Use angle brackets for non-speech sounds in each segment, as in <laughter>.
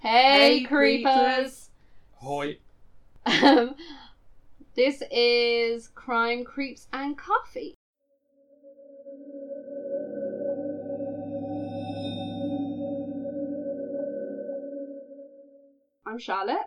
Hey, Hey, creepers! creepers. Hoi. <laughs> Um, this is Crime, Creeps, and Coffee. I'm Charlotte,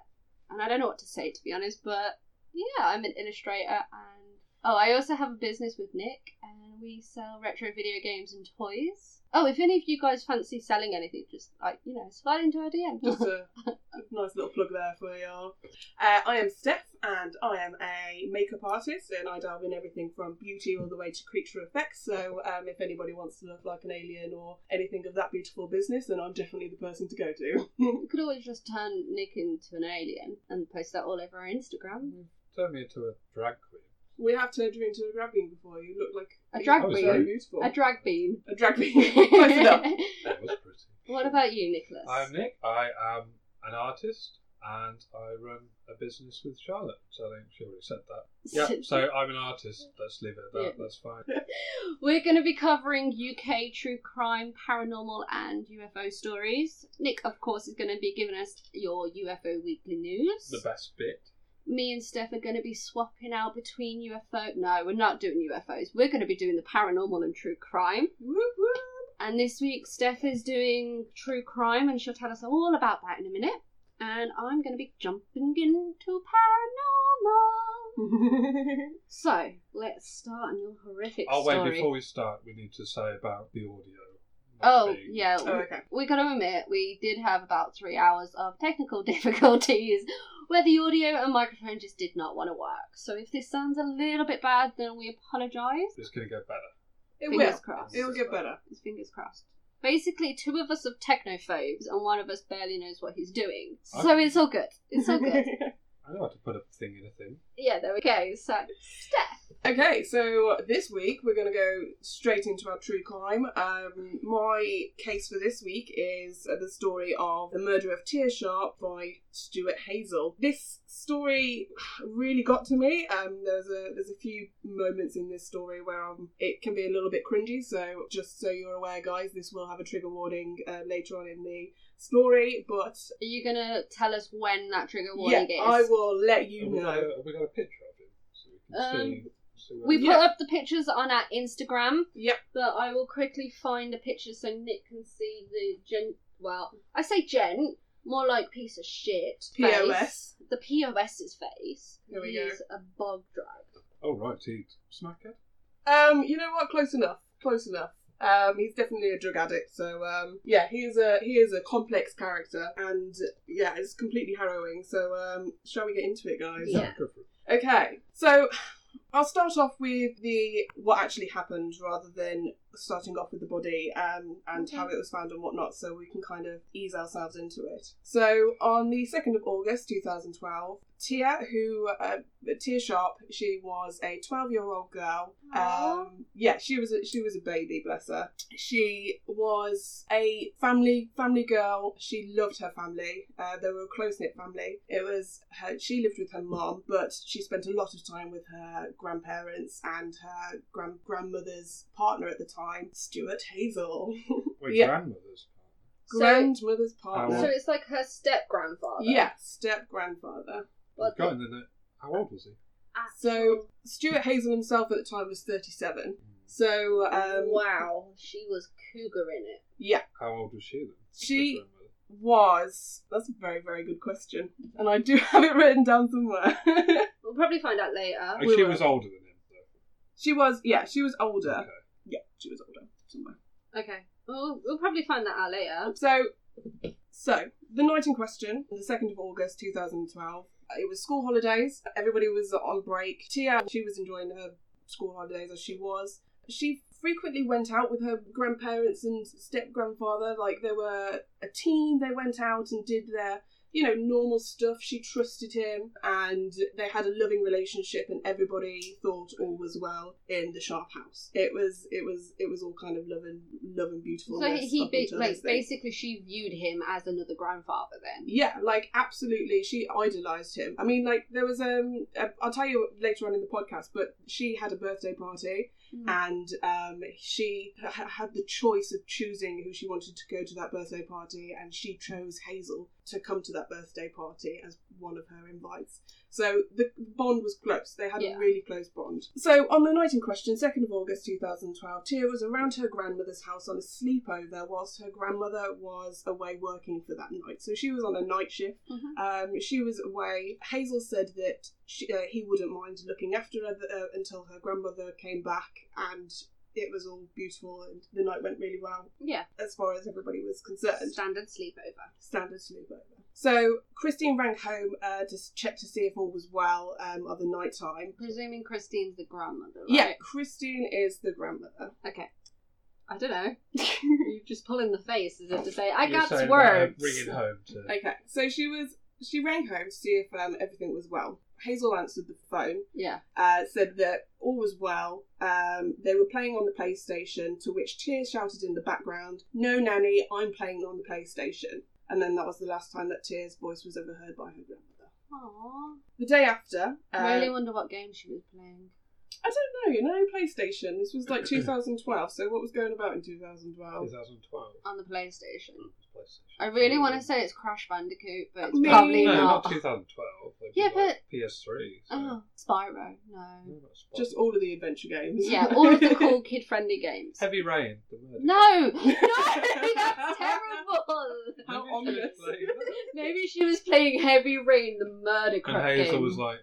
and I don't know what to say to be honest, but yeah, I'm an illustrator, and oh, I also have a business with Nick, and we sell retro video games and toys. Oh, if any of you guys fancy selling anything, just like you know, slide into our DM. Just a, a nice little plug there for y'all. Uh, I am Steph, and I am a makeup artist, and I delve in everything from beauty all the way to creature effects. So, um, if anybody wants to look like an alien or anything of that beautiful business, then I'm definitely the person to go to. We could always just turn Nick into an alien and post that all over our Instagram. Turn me into a drag queen. we have turned you into a drag queen before. You look like A drag you look queen. So beautiful. A drag bean. a <laughs> drag queen. Close enough. That was pretty. what about you, Nicholas? I'm Nick. I am an artist and I run a business with Charlotte. So I think she already said that. Yeah. <laughs> <laughs> So I'm an artist. Let's leave it at that. Yeah. That's fine. We're going to be covering UK true crime, paranormal, and UFO stories. Nick, of course, is going to be giving us your UFO weekly news. The best bit. Me and Steph are going to be swapping out between UFO. No, we're not doing UFOs. We're going to be doing the paranormal and true crime. Woo woo. And this week, Steph is doing true crime, and she'll tell us all about that in a minute. And I'm going to be jumping into paranormal. So let's start on your horrific Oh story. wait, before we start, we need to say about the audio. oh Being- yeah, <laughs> oh, okay. we got to admit we did have about three hours of technical <laughs> difficulties where the audio and microphone just did not want to work. So if this sounds a little bit bad, then we apologise. It's gonna get better. It Fingers will. crossed. It will get better. His fingers crossed. Basically, two of us are technophobes, and one of us barely knows what he's doing. So Okay. it's all good. It's all <laughs> good. I know how to put a thing in a thing. yeah, there we go. So, Steph. Okay, so this week we're going to go straight into our true crime. Um, my case for this week is uh, the story of the murder of Tearsharp by Stuart Hazel. This story really got to me. Um, there's a there's a few moments in this story where um, it can be a little bit cringy. So just so you're aware, guys, this will have a trigger warning uh, later on in the story. But Are you gonna tell us when that trigger yeah, warning is? I will let you Have we, got know. a, have we got a picture of him? So we can Um, see. see what We it put is? Yeah. up the pictures on our Instagram, Yep. but I will quickly find a picture so Nick can see the gent. Well, I say gent, more like piece of shit. face. POS. The POS's face. There we go. He's a bog drag. Oh right, he smackhead. Um, you know what? Close enough. Close enough. Um, he's definitely a drug addict. So um, yeah, he is a he is a complex character, and yeah, it's completely harrowing. So um, shall we get into it, guys? Yeah. Go for it. Okay, so I'll start off with the what actually happened rather than starting off with the body um, and how it was found and whatnot, so we can kind of ease ourselves into it. So on the second of August, two thousand twelve. Tia, who uh, Tia Sharp, she was a twelve-year-old girl. Aw. Um, yeah, she was a, she was a baby, bless her. She was a family family girl. She loved her family. Uh, they were a close knit family. It was her. She lived with her mom, but she spent a lot of time with her grandparents and her grand grandmother's partner at the time, Stuart <laughs> Hazel, Wait, Yeah. grandmother's So, grandmother's partner. so it's like her step grandfather. yeah, step grandfather. Well, We've got in the net. How old was he? So Stuart Hazel himself at the time was thirty seven. So um, wow, she was cougar in it. yeah, How old was she then? She- His grandmother. was that's a very very good question, and I do <laughs> have it written down somewhere. <laughs> We'll probably find out later. Oh, we she were- was older than him, though. She was, yeah, she was older. Okay. Yeah, she was older somewhere. Okay. Well, we'll probably find that out later. So, so the night in question, the second of August, two thousand twelve. It was school holidays. Everybody was on break. Tia, she was enjoying her school holidays as she was. She frequently went out with her grandparents and step grandfather. Like they were a team. They went out and did their you know normal stuff. She trusted him, and they had a loving relationship. And everybody thought all was well in the Sharp house. It was it was it was all kind of love and love and beautiful. So he, he ba- like basically she viewed him as another grandfather then. Yeah, like absolutely, she idolized him. I mean, like there was um, a- I'll tell you later on in the podcast, but she had a birthday party Hmm. Ah, and um, she ha- had the choice of choosing who she wanted to go to that birthday party, and she chose Hazel to come to that birthday party as one of her invites. So the bond was close. They had Yeah. a really close bond. So on the night in question, 2nd of August 2012, Tia was around her grandmother's house on a sleepover whilst her grandmother was away working for that night. So she was on a night shift. Mhm. Um, she was away. Hazel said that she, uh, he wouldn't mind looking after her uh, until her grandmother came back, and it was all beautiful, and the night went really well Yeah. as far as everybody was concerned. Standard sleepover. Standard sleepover. So Christine rang home uh, to s- check to see if all was well um, of the night time. Presuming Christine's the grandmother, right? Yeah, Christine is the grandmother. Okay. I don't know. <laughs> You're just pulling the face as if to say, I You're got saying that uh, I'm words. Bringing home to Okay, so she was she rang home to see if um, everything was well. Hazel answered the phone. Yeah. uh, said that all was well. Um, they were playing on the PlayStation, to which Tia shouted in the background, No, Nanny, I'm playing on the PlayStation. And then that was the last time that Tia's voice was ever heard by her grandmother. Aww. The day after, uh, I really wonder what game she was playing. I don't know, you know, PlayStation. This was like 2012, so what was going about in 2012? 2012. On the PlayStation. It was PlayStation. I really want to say it's Crash Bandicoot, but it's Me- probably Hmm. no, not. not 2012. It'd be Yeah, like but- PS3. So. Oh, Spyro. No. No, not Spyro. Just all of the adventure games. Yeah, all <laughs> <laughs> of the cool kid friendly games. Heavy Rain. The murder. No! <laughs> No! That's terrible! <laughs> How Maybe she ominous. was playing that. <laughs> Maybe she was playing Heavy Rain, the murder And crap Hazel game. was like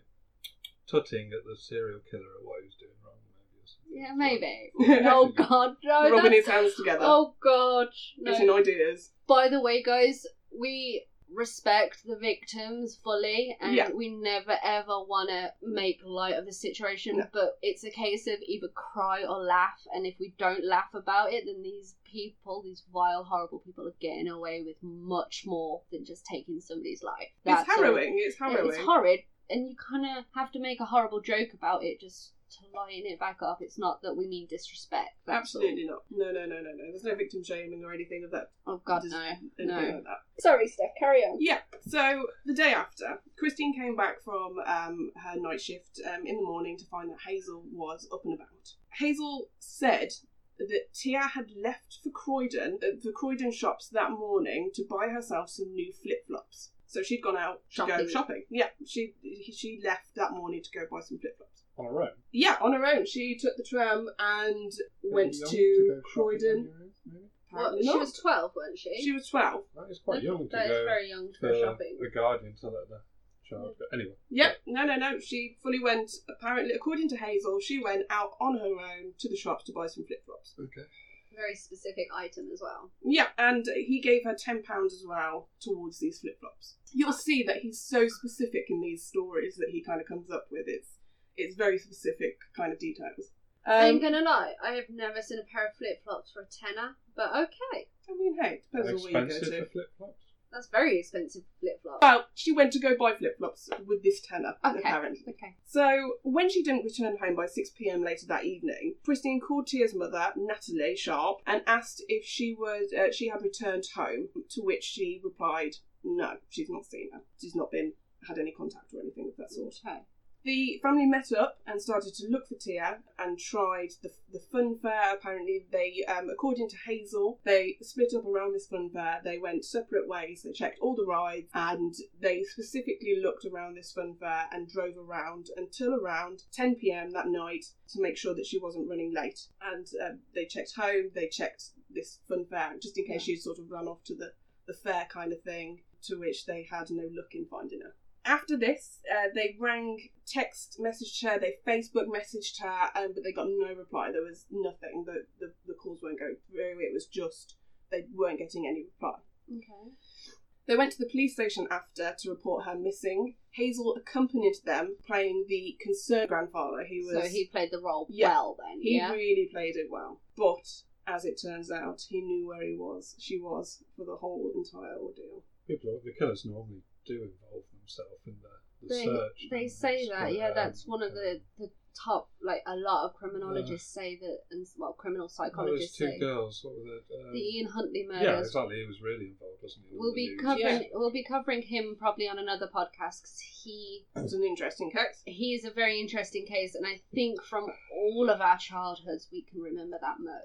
tutting at the serial killer at what he was doing wrong. Maybe. or something. yeah, So- maybe. Yeah. <laughs> Oh god, no. Rubbing that's- his hands together. Oh god. Getting No. ideas. By the way, guys, we respect the victims fully and Yeah. we never ever want to make light of the situation, No. but it's a case of either cry or laugh. And if we don't laugh about it, then these people, these vile, horrible people, are getting away with much more than just taking somebody's life. That's it's all. harrowing. It's Yeah, harrowing. It's horrid, and you kind of have to make a horrible joke about it just to lighten it back up. It's not that we mean disrespect. that's Absolutely not. No, no, no, no, no. There's no victim shaming or anything of that. all. Oh God, Just- no, Anything no. like that. Sorry, Steph. Carry on. Yeah. So the day after, Christine came back from um, her night shift um, in the morning to find that Hazel was up and about. Hazel said that Tia had left for Croydon, uh, the Croydon shops that morning to buy herself some new flip flops. So she'd gone out to Shopping. go shopping. Yeah, she she left that morning to go buy some flip flops. On her own. Yeah, on her own, she took the tram and went to, Pretty young go shopping on Croydon. your own, maybe? Well, Apparently she not. was twelve, wasn't she? She was twelve. That is quite young to That is go. very young for to shopping. The guardian to let the child go. Anyway. Yep, no, no, no. She fully went, apparently, according to Hazel, she went out on her own to the shops to buy some flip flops. Okay. Very specific item as well. Yeah, and he gave her £10 as well towards these flip flops. You'll see that he's so specific in these stories that he kind of comes up with. It's, it's very specific kind of details. I'm Um, gonna lie. I have never seen a pair of flip flops for a tenner, but okay, I mean, hey, it depends on where you go Expensive for to. flip flops. that's very expensive flip flops. Well, she went to go buy flip flops with this tenner, Okay. apparently. Okay. So, when she didn't return home by 6pm later that evening, Christine called Tia's mother, Natalie Sharp, and asked if she was uh, she had returned home, to which she replied, no, she's not seen her. She's not been had any contact or anything of that sort. Okay. The family met up and started to look for Tia and tried the, the fun fair. Apparently, they, um, according to Hazel, they split up around this fun fair. They went separate ways. They checked all the rides and they specifically looked around this fun fair and drove around until around 10 p.m. that night to make sure that she wasn't running late. And um, they checked home. They checked this fun fair just in case she'd sort of run off to the the fair kind of thing, to which they had no luck in finding her. After this, uh, they rang, text messaged her, they Facebook messaged her, um, but they got no reply. There was nothing. The, the, the calls weren't going through. It was just they weren't getting any reply. Okay. They went to the police station after to report her missing. Hazel accompanied them, playing the concerned grandfather. He was So he played the role Yeah. well then. he yeah. really played it well. But as it turns out, he knew where he was. She was for the whole entire ordeal. People, the killers normally do involve themselves in the, the They- search. They and say the that, yeah, exploit that's and- one of the, the top, like a lot of criminologists say that, and well, criminal Oh, there's psychologists two say girls. What were the, um, the Ian Huntley yeah, murders. exactly. He was really involved, wasn't he? We'll be He was- covering we'll be covering him probably on another podcast 'cause he It was an interesting case. he is a very interesting case, and I think from all of our childhoods we can remember that murder.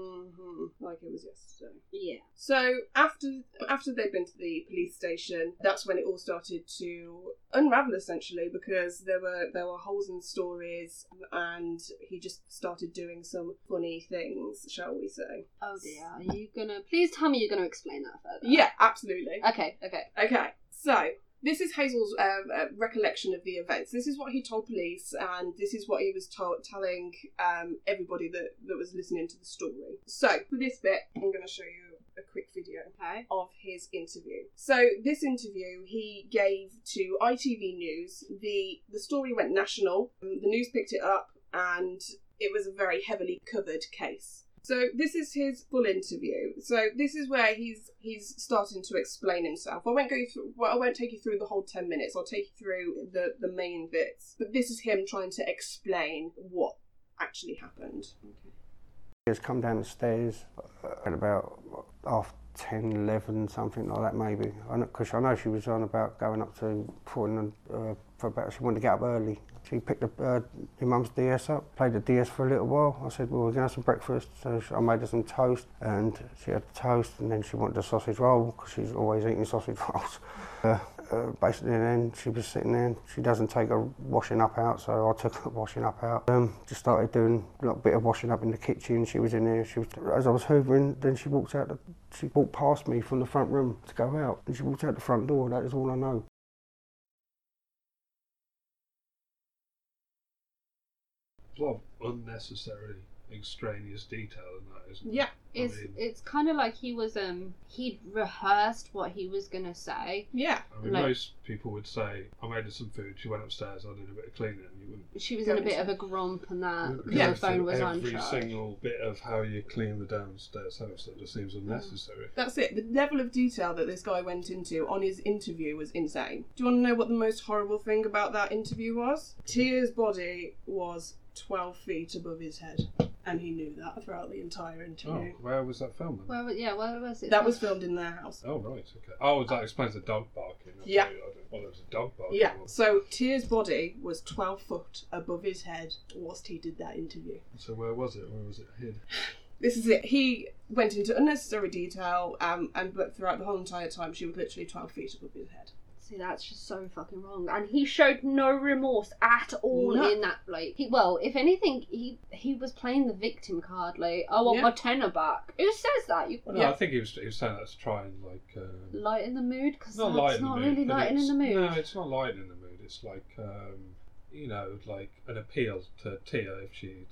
hmm Like it was yesterday. Yeah, So after after they'd been to the police station, that's when it all started to unravel essentially because there were there were holes in stories and he just started doing some funny things, shall we say? Oh dear, are you gonna please tell me you're gonna explain that further? Yeah, absolutely. Okay, okay. Oh, Okay, so this is Hazel's um, uh, recollection of the events. This is what he told police, and this is what he was told, telling um, everybody that, that was listening to the story. So, for this bit, I'm going to show you a quick video Okay. of his interview. So this interview he gave to ITV News. The the story went national. The news picked it up and it was a very heavily covered case. So this is his full interview. So this is where he's he's starting to explain himself. I won't go through. Well, I won't take you through the whole ten minutes. I'll take you through the the main bits. But this is him trying to explain what actually happened. He has come downstairs at about half 10, 11, something like that, maybe. Because I, know she was on about going up to Portland uh, for about, she wanted to get up early. She picked up uh, your mum's DS up, played the DS for a little while. I said, Well, we're going to have some breakfast. So she, I made her some toast, and she had toast, and then she wanted a sausage roll because she's always eating sausage <laughs> rolls. Uh, uh, basically, and then she was sitting there. She doesn't take her washing up out, so I took <laughs> her washing up out. Um, just started doing a little bit of washing up in the kitchen. She was in there. She was as I was hoovering. Then she walked out. The, she walked past me from the front room to go out, and she walked out the front door. That is all I know. a lot of unnecessary extraneous detail in that, isn't Yeah. there? I It's mean, it's kind of like he was um he rehearsed what he was gonna say. Yeah. I mean like- most people would say, I made her some food, she went upstairs, I did a bit of cleaning, and you wouldn't. She was in a bit of a grump and that wouldn't the go phone through was on every charge. single bit of how you clean the downstairs house that just seems unnecessary. That's it. The level of detail that this guy went into on his interview was insane. Do you want to know what the most horrible thing about that interview was? Tia's body was 12 feet above his head, and he knew that throughout the entire Oh, interview. where was that filmed? then? Where was yeah? Where was it? That was filmed in their house. Oh right, okay. Oh, that explains the dog barking. I Yeah. thought you- I don't- Well, there was a dog barking. Yeah, wasn't so Tia's body was 12 foot above his head whilst he did that interview. there? So where was it? Where was it hid? This is it. He went into unnecessary detail, um, and but throughout the whole entire time, she was literally 12 feet above his head. See, that's just so fucking wrong. And he showed no remorse at all No. in that. Like, he, well, if anything, he he was playing the victim card. Like, oh, I want Yeah. my tenner back. Who says that? You Well, no, Yeah. I think he was he was saying that to try and like. Um, lighten the mood because that's lighten not the mood, really but lighting in it's- the mood. No, it's not lighting in the mood. It's like um, you know, like an appeal to Tia if she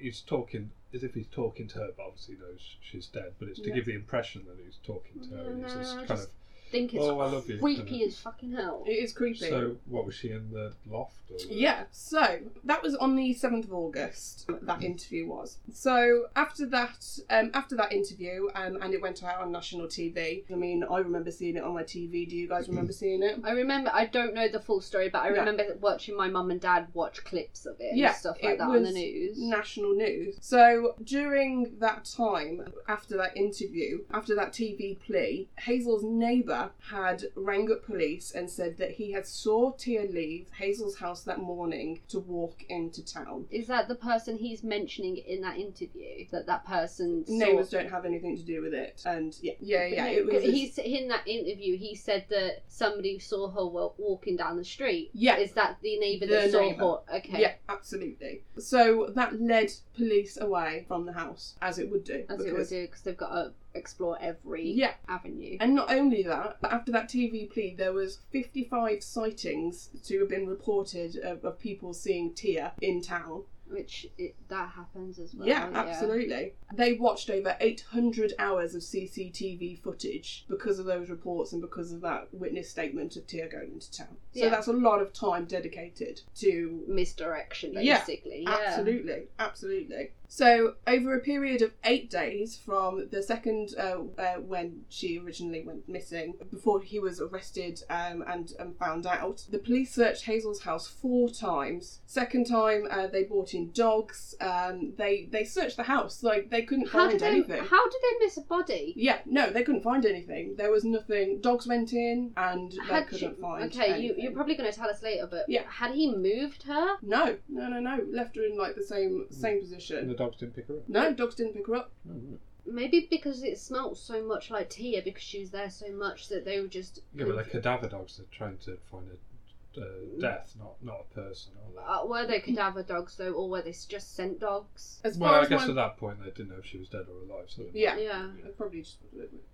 he's talking as if he's talking to her, but obviously knows she's dead. But it's to Yeah. give the impression that he's talking to her. No, and it's no, this I kind just of think it's Oh, I love you, creepy kinda. as fucking hell. It is creepy. so. What was she in the loft? Or Yeah, so that was on the seventh of August. That interview was. So after that, um, after that interview, um, and it went out on national TV. I mean, I remember seeing it on my TV. Do you guys remember seeing it? I remember. I don't know the full story, but I Yeah. remember watching my mum and dad watch clips of it and Yeah, stuff it like that on the was news. National news. So during that time, after that interview, after that TV plea, Hazel's neighbour had rang up police and said that he had saw Tia leave Hazel's house that morning to walk into town. Is that the person he's mentioning in that interview? That that person saw- Neighbours don't have anything to do with it, and yeah, yeah, yeah. No, It was this- he's in that interview. He said that somebody saw her wa- walking down the street. Yeah. is that the neighbour The that saw neighbour. her? Okay, Yeah, absolutely. So that led police away from the house, as it would do. as it was because- because they've got to explore every Yeah, avenue. and not only that, but after that TV plea, there was 55 sightings to have been reported of, of people seeing Tia in town. Which it, that happens as well. yeah, absolutely. They watched over 800 hours of CCTV footage because of those reports and because of that witness statement of Tia going into town. So Yeah. that's a lot of time dedicated to Misdirection, Yeah, basically. Yeah, Absolutely, absolutely. So, over a period of eight days from the second uh, uh, when she originally went missing, before he was arrested um, and, and found out, the police searched Hazel's house four times. Second time, uh, they brought in dogs. Um, they they searched the house like they couldn't How find did they? anything. How did they miss a body? Yeah, no, they couldn't find anything. There was nothing. Dogs went in and they Had couldn't she- find. Okay, you, anything. you're probably going to tell us later, but Yeah. had he moved her? No, no, no, no. Left her in like the same same And the position. dogs didn't pick her up. No, dogs didn't pick her up. Oh, right. Maybe because it smelt so much like Tia, because she was there so much that they were just. Yeah, but like confu- cadaver dogs, they're trying to find a uh, death, not not a person. Or that. Uh, were they cadaver dogs though, or were they s- just scent dogs? As Well, far I as guess my- at that point they didn't know if she was dead or alive. So they Yeah. Yeah, I probably just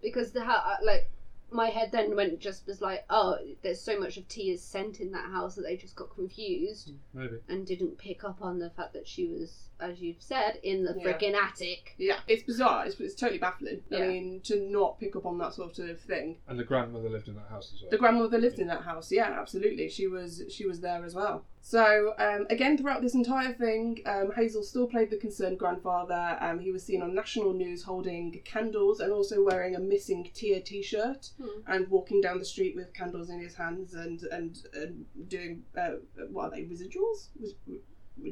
because the ha- uh, like my head then went just was like, oh, there's so much of Tia's scent in that house that they just got confused Hmm. maybe. and didn't pick up on the fact that she was, as you've said, in the Yeah. frickin' attic. Yeah, it's bizarre. It's, it's totally baffling. I Yeah. mean, to not pick up on that sort of thing. And the grandmother lived in that house as well. The grandmother lived in that house. Yeah, absolutely. She was she was there as well. So um, again, throughout this entire thing, um, Hazel still played the concerned grandfather. Um, he was seen on national news holding candles and also wearing a missing Tia T-shirt Hmm. and walking down the street with candles in his hands and and, and doing uh, what are they residuals? Res- re-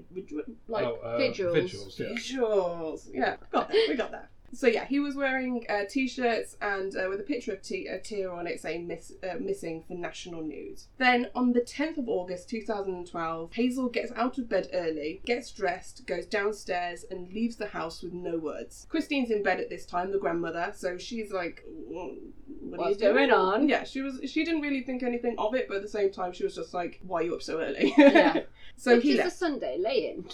re- re- Like Oh, uh, vigils. Vigils, yeah. Visuals. Yeah, got that. We got that. So yeah, he was wearing uh, t-shirts and uh, with a picture of t- a tear on it saying miss- uh, "missing" for national news. Then on the 10th of August 2012, Hazel gets out of bed early, gets dressed, goes downstairs, and leaves the house with no words. Christine's in bed at this time, the grandmother, so she's like, "What, what are you What's going doing?" on? Yeah, she was. She didn't really think anything of it, but at the same time, she was just like, "Why are you up so early?" Yeah. <laughs> so Which he is left. a Sunday lay-in.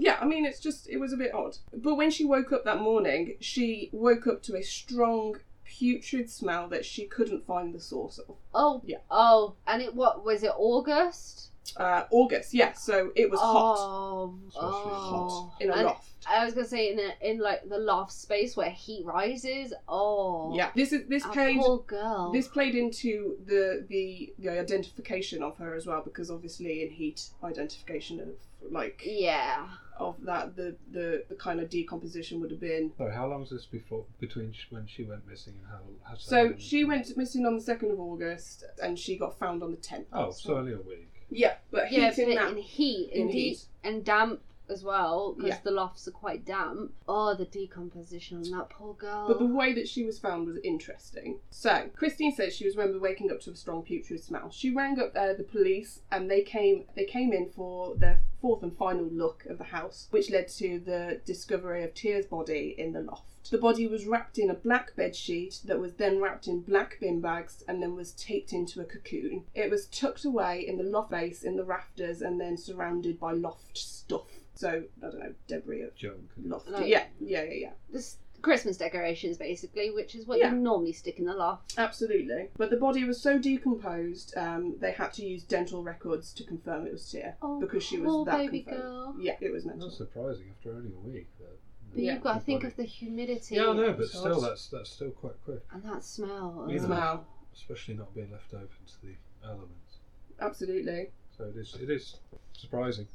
Yeah, I mean, it's just, it was a bit odd. But when she woke up that morning, she woke up to a strong, putrid smell that she couldn't find the source of. Oh, Yeah. oh, and it what was it August? Uh, August, yes, so it was hot. Oh, Especially oh. In a And loft. I was gonna say in a, in like the loft space where heat rises. Oh, Yeah, this is this a played poor girl. this played into the, the the identification of her as well because obviously in heat identification of like yeah, of that the, the the kind of decomposition would have been So how long was this before between sh- when she went missing and how? how so long- she went missing on the second of August and she got found on the tenth. Oh, so only a week. yeah, but heat yeah, but in that in heat, in in heat, heat. and damp as well because Yeah. the lofts are quite damp. Oh, the decomposition on that poor girl. But the way that she was found was interesting. So, Christine says she was remembered waking up to a strong putrid smell. She rang up uh, the police and they came they came in for their fourth and final look of the house, which led to the discovery of Tia's body in the loft. The body was wrapped in a black bed sheet that was then wrapped in black bin bags and then was taped into a cocoon. It was tucked away in the loft base in the rafters and then surrounded by loft stuff. So, I don't know, debris of Junk. and- loft. Like- yeah, yeah, yeah, yeah. this Christmas decorations basically, which is what Yeah. you normally stick in the loft. Absolutely. But the body was so decomposed, um, they had to use dental records to confirm it was Tia. Oh, because she was poor that baby confirmed. girl. Yeah, it was mental. That's surprising after only a week. But, But Yeah. you've got to think Body. of the humidity Yeah, I know, but So still, that's- that's that's still quite quick, and that smell. Yeah. Smell. especially not being left open to the elements. Absolutely. So it is it is surprising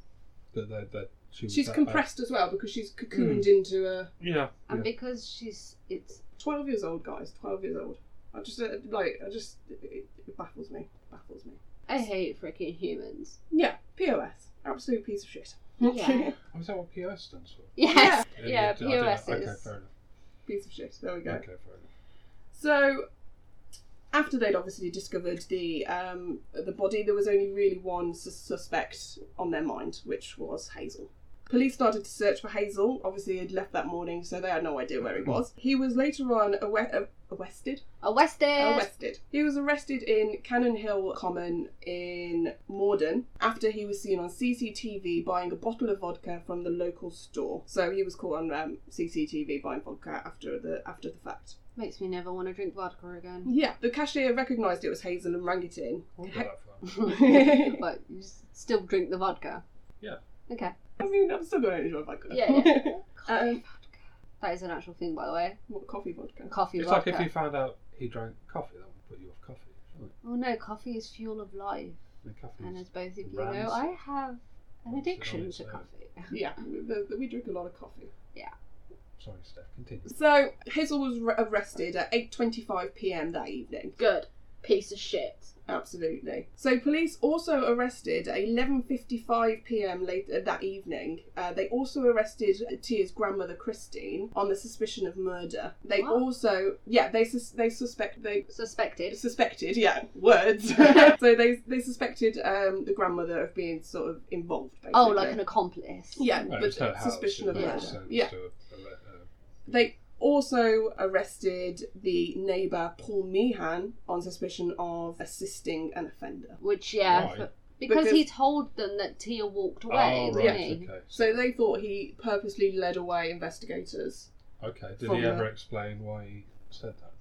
that that, that she was She's that compressed as well because she's cocooned into a Bad. Yeah. And yeah. because she's it's 12 years old, guys. 12 years old. I just, uh, like, I just, it, it baffles me. Baffles me. I hate freaking humans. <laughs> Yeah, POS. Absolute piece of shit. Yeah. Oh, is that what POS stands for? Yes. And Yeah, it- I didn't- POS Okay, is. fair enough. <laughs> piece of shit. There we go. Okay, fair enough. So after they'd obviously discovered the um, the body, there was only really one sus- suspect on their mind, which was Hazel. Police started to search for Hazel. Obviously, he'd left that morning, so they had no idea where he was. He was later on arre- uh, arrested. Arrested. Arrested. He was arrested in Cannon Hill Common in Morden after he was seen on CCTV buying a bottle of vodka from the local store. So he was caught on um, CCTV buying vodka after the after the fact. Makes me never want to drink vodka again. <laughs> <laughs> Yeah, the cashier recognised it was Hazel and rang it in. Oh, We'll go that far. but you s- still drink the vodka. Yeah. Okay. <laughs> I mean, I'm still going to enjoy vodka. Yeah, <laughs> um, That is an actual thing, by the way. what, coffee vodka? Coffee It's like vodka. if you found out he drank coffee, that would put you off coffee. surely. Oh no, coffee is fuel of life, And coffee and as is- both of you Rams. know, I have an Rams, addiction to so- coffee. Yeah, we, the, the, we drink a lot of coffee. Yeah. Sorry, Steph. Continue. So Hazel was r- arrested at 8:25 p.m. that evening. Good. Piece of shit. Absolutely. So police also arrested at 11:55 p.m. later that evening. Uh, they also arrested Tia's grandmother Christine on the suspicion of murder. They What? also yeah they sus- they suspect they Suspected. suspected yeah <laughs> words so they they suspected um the grandmother of being sort of involved basically. Oh, like an Oh, accomplice. yeah Well, but it's her house, suspicion of it murder makes sense yeah to, uh, uh, they also arrested the neighbor Paul Meehan on suspicion of assisting an offender. Which, yeah. Why? Ah, for- because, Because- he told them that Tia walked away, oh, didn't right, he? okay. So they thought he purposely led away investigators. Okay, did From he ever the- explain why he said that?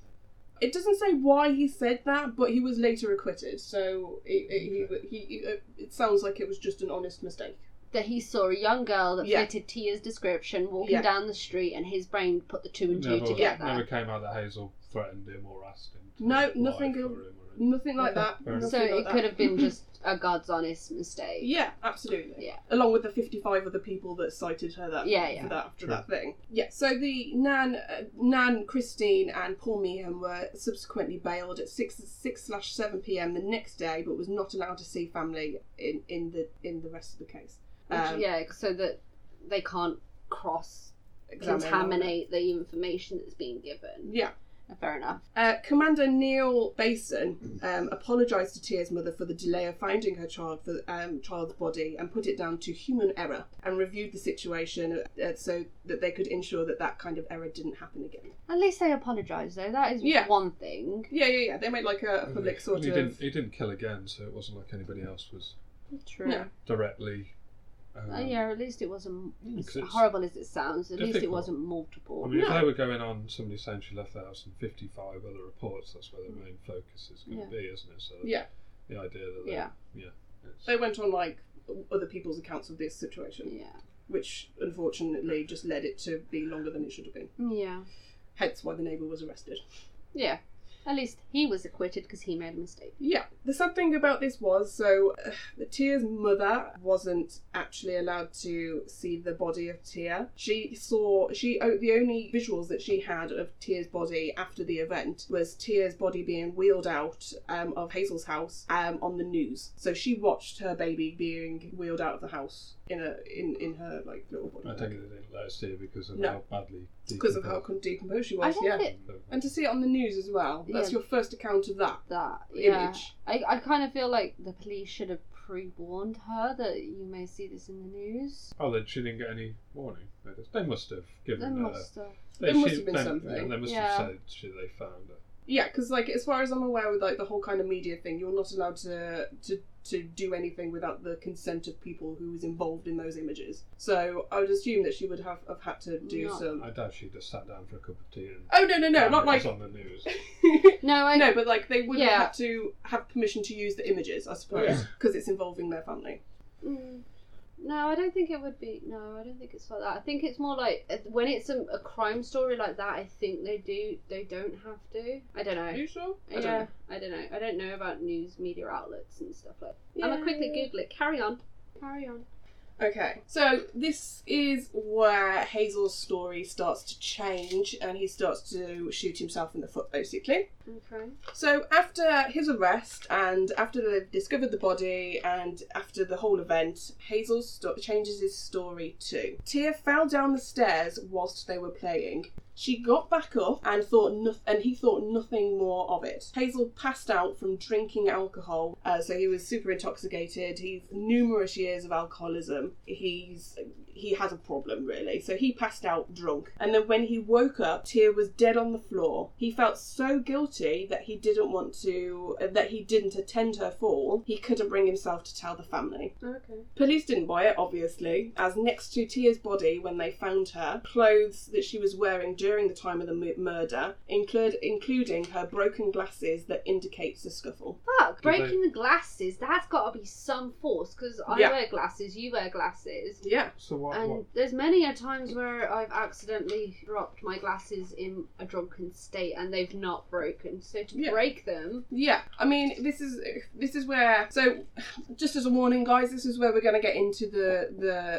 It doesn't say why he said that, but he was later acquitted. So it, it, he, he it, it sounds like it was just an honest mistake. That he saw a young girl that Yeah. fitted Tia's description walking Yeah. down the street, and his brain put the two and two never, together. never came out that Hazel threatened him or asked him. to No, lie nothing for of- him or anything. Nothing like that. Fair enough. So nothing like it that. could have been just a God's honest mistake. Yeah, absolutely. Yeah. Along with the 55 other people that cited her that, Yeah, yeah. for that after True. that thing. Yeah, so the Nan, uh, Nan, Christine, and Paul Meehan were subsequently bailed at 6 6 slash 7 pm the next day, but was not allowed to see family in, in the in the rest of the case. Which- Um, yeah, so that they can't cross examine- contaminate the information that's being given. Yeah. Fair enough. Uh, Commander Neil Basin um, apologised to Tia's mother for the delay of finding her child for, um, child's body and put it down to human error and reviewed the situation uh, so that they could ensure that that kind of error didn't happen again. At least they apologise, though. That is Yeah. one thing. Yeah, yeah, yeah. They made like a, a public And sort he of. Didn't, he didn't kill again, so it wasn't like anybody else was True. Yeah. directly. Um, Oh, Uh, yeah, at least it wasn't as 'cause it's horrible as it sounds. At least it difficult. wasn't I multiple. mean, No. if they were going on, somebody saying she left the house and 55 other reports, that's where their main focus is going Yeah. to be, isn't it? So Yeah. the idea that they, yeah, it's- They went on like other people's accounts of this situation, yeah, which unfortunately just led it to be longer than it should have been. yeah, Hence why the neighbour was arrested. yeah. At least he was acquitted because he made a mistake. Yeah. The sad thing about this was so <sighs> uh, Tia's mother wasn't actually allowed to see the body of Tia. She saw she oh, the only visuals that she had of Tia's body after the event was Tia's body being wheeled out um, of Hazel's house um, on the news. So she watched her baby being wheeled out of the house in a in in her like little body. I think they didn't let us see because of No. how badly. because of how decomposed- con- decomposed she I was. think Yeah. it, And to see it on the news as well. That's Yeah. your first account of that that yeah. image. I, I kind of feel like the police should have pre warned her that you may see this in the news. Oh, then she didn't get any warning. They just- They must have They given her. must have. There she- must have been they- something. yeah, They must Yeah. have said she, they found her. Yeah, because like as far as I'm aware, with like the whole kind of media thing, you're not allowed to to to do anything without the consent of people who was involved in those images. So I would assume that she would have, have had to do Not- some. I doubt she just sat down for a cup of tea and. Oh no no no, and not it like was on the news. No, I <laughs> no, but like they would Yeah. have had to have permission to use the images, I suppose, because it's involving their family. Mm. No, I don't think it would be. No, I don't think it's like that. I think it's more like uh, when it's a, a crime story like that. I think they do. They don't have to. I don't know. you sure? I don't yeah, know. I don't know. I don't know about news media outlets and stuff like. that. I'm Yeah. gonna quickly Google it. Carry on. Carry on. Okay, so this is where Hazel's story starts to change, and he starts to shoot himself in the foot, basically. Okay. So after his arrest and after they've discovered the body and after the whole event, Hazel sto- changes his story too. Tia fell down the stairs whilst they were playing. She got back up and thought noth- and he thought nothing more of it. Hazel passed out from drinking alcohol, uh, so he was super intoxicated. He's numerous years of alcoholism. He's he has a problem really. So he passed out drunk. And then when he woke up, Tia was dead on the floor. He felt so guilty that he didn't want to uh, that he didn't attend her fall. He couldn't bring himself to tell the family. Okay. Police didn't buy it, obviously, as next to Tia's body when they found her, clothes that she was wearing during the time of the mu- murder, include, including her broken glasses that indicates the scuffle. Fuck. Did they- Breaking the glasses. That's got to be some force because I Yeah. wear glasses. You wear glasses. Yeah, So what? And what there's many a times where I've accidentally dropped my glasses in a drunken state and they've not broke broken. So to Yeah. break them, Yeah, I mean, this is this is where. So, just as a warning, guys, this is where we're going to get into the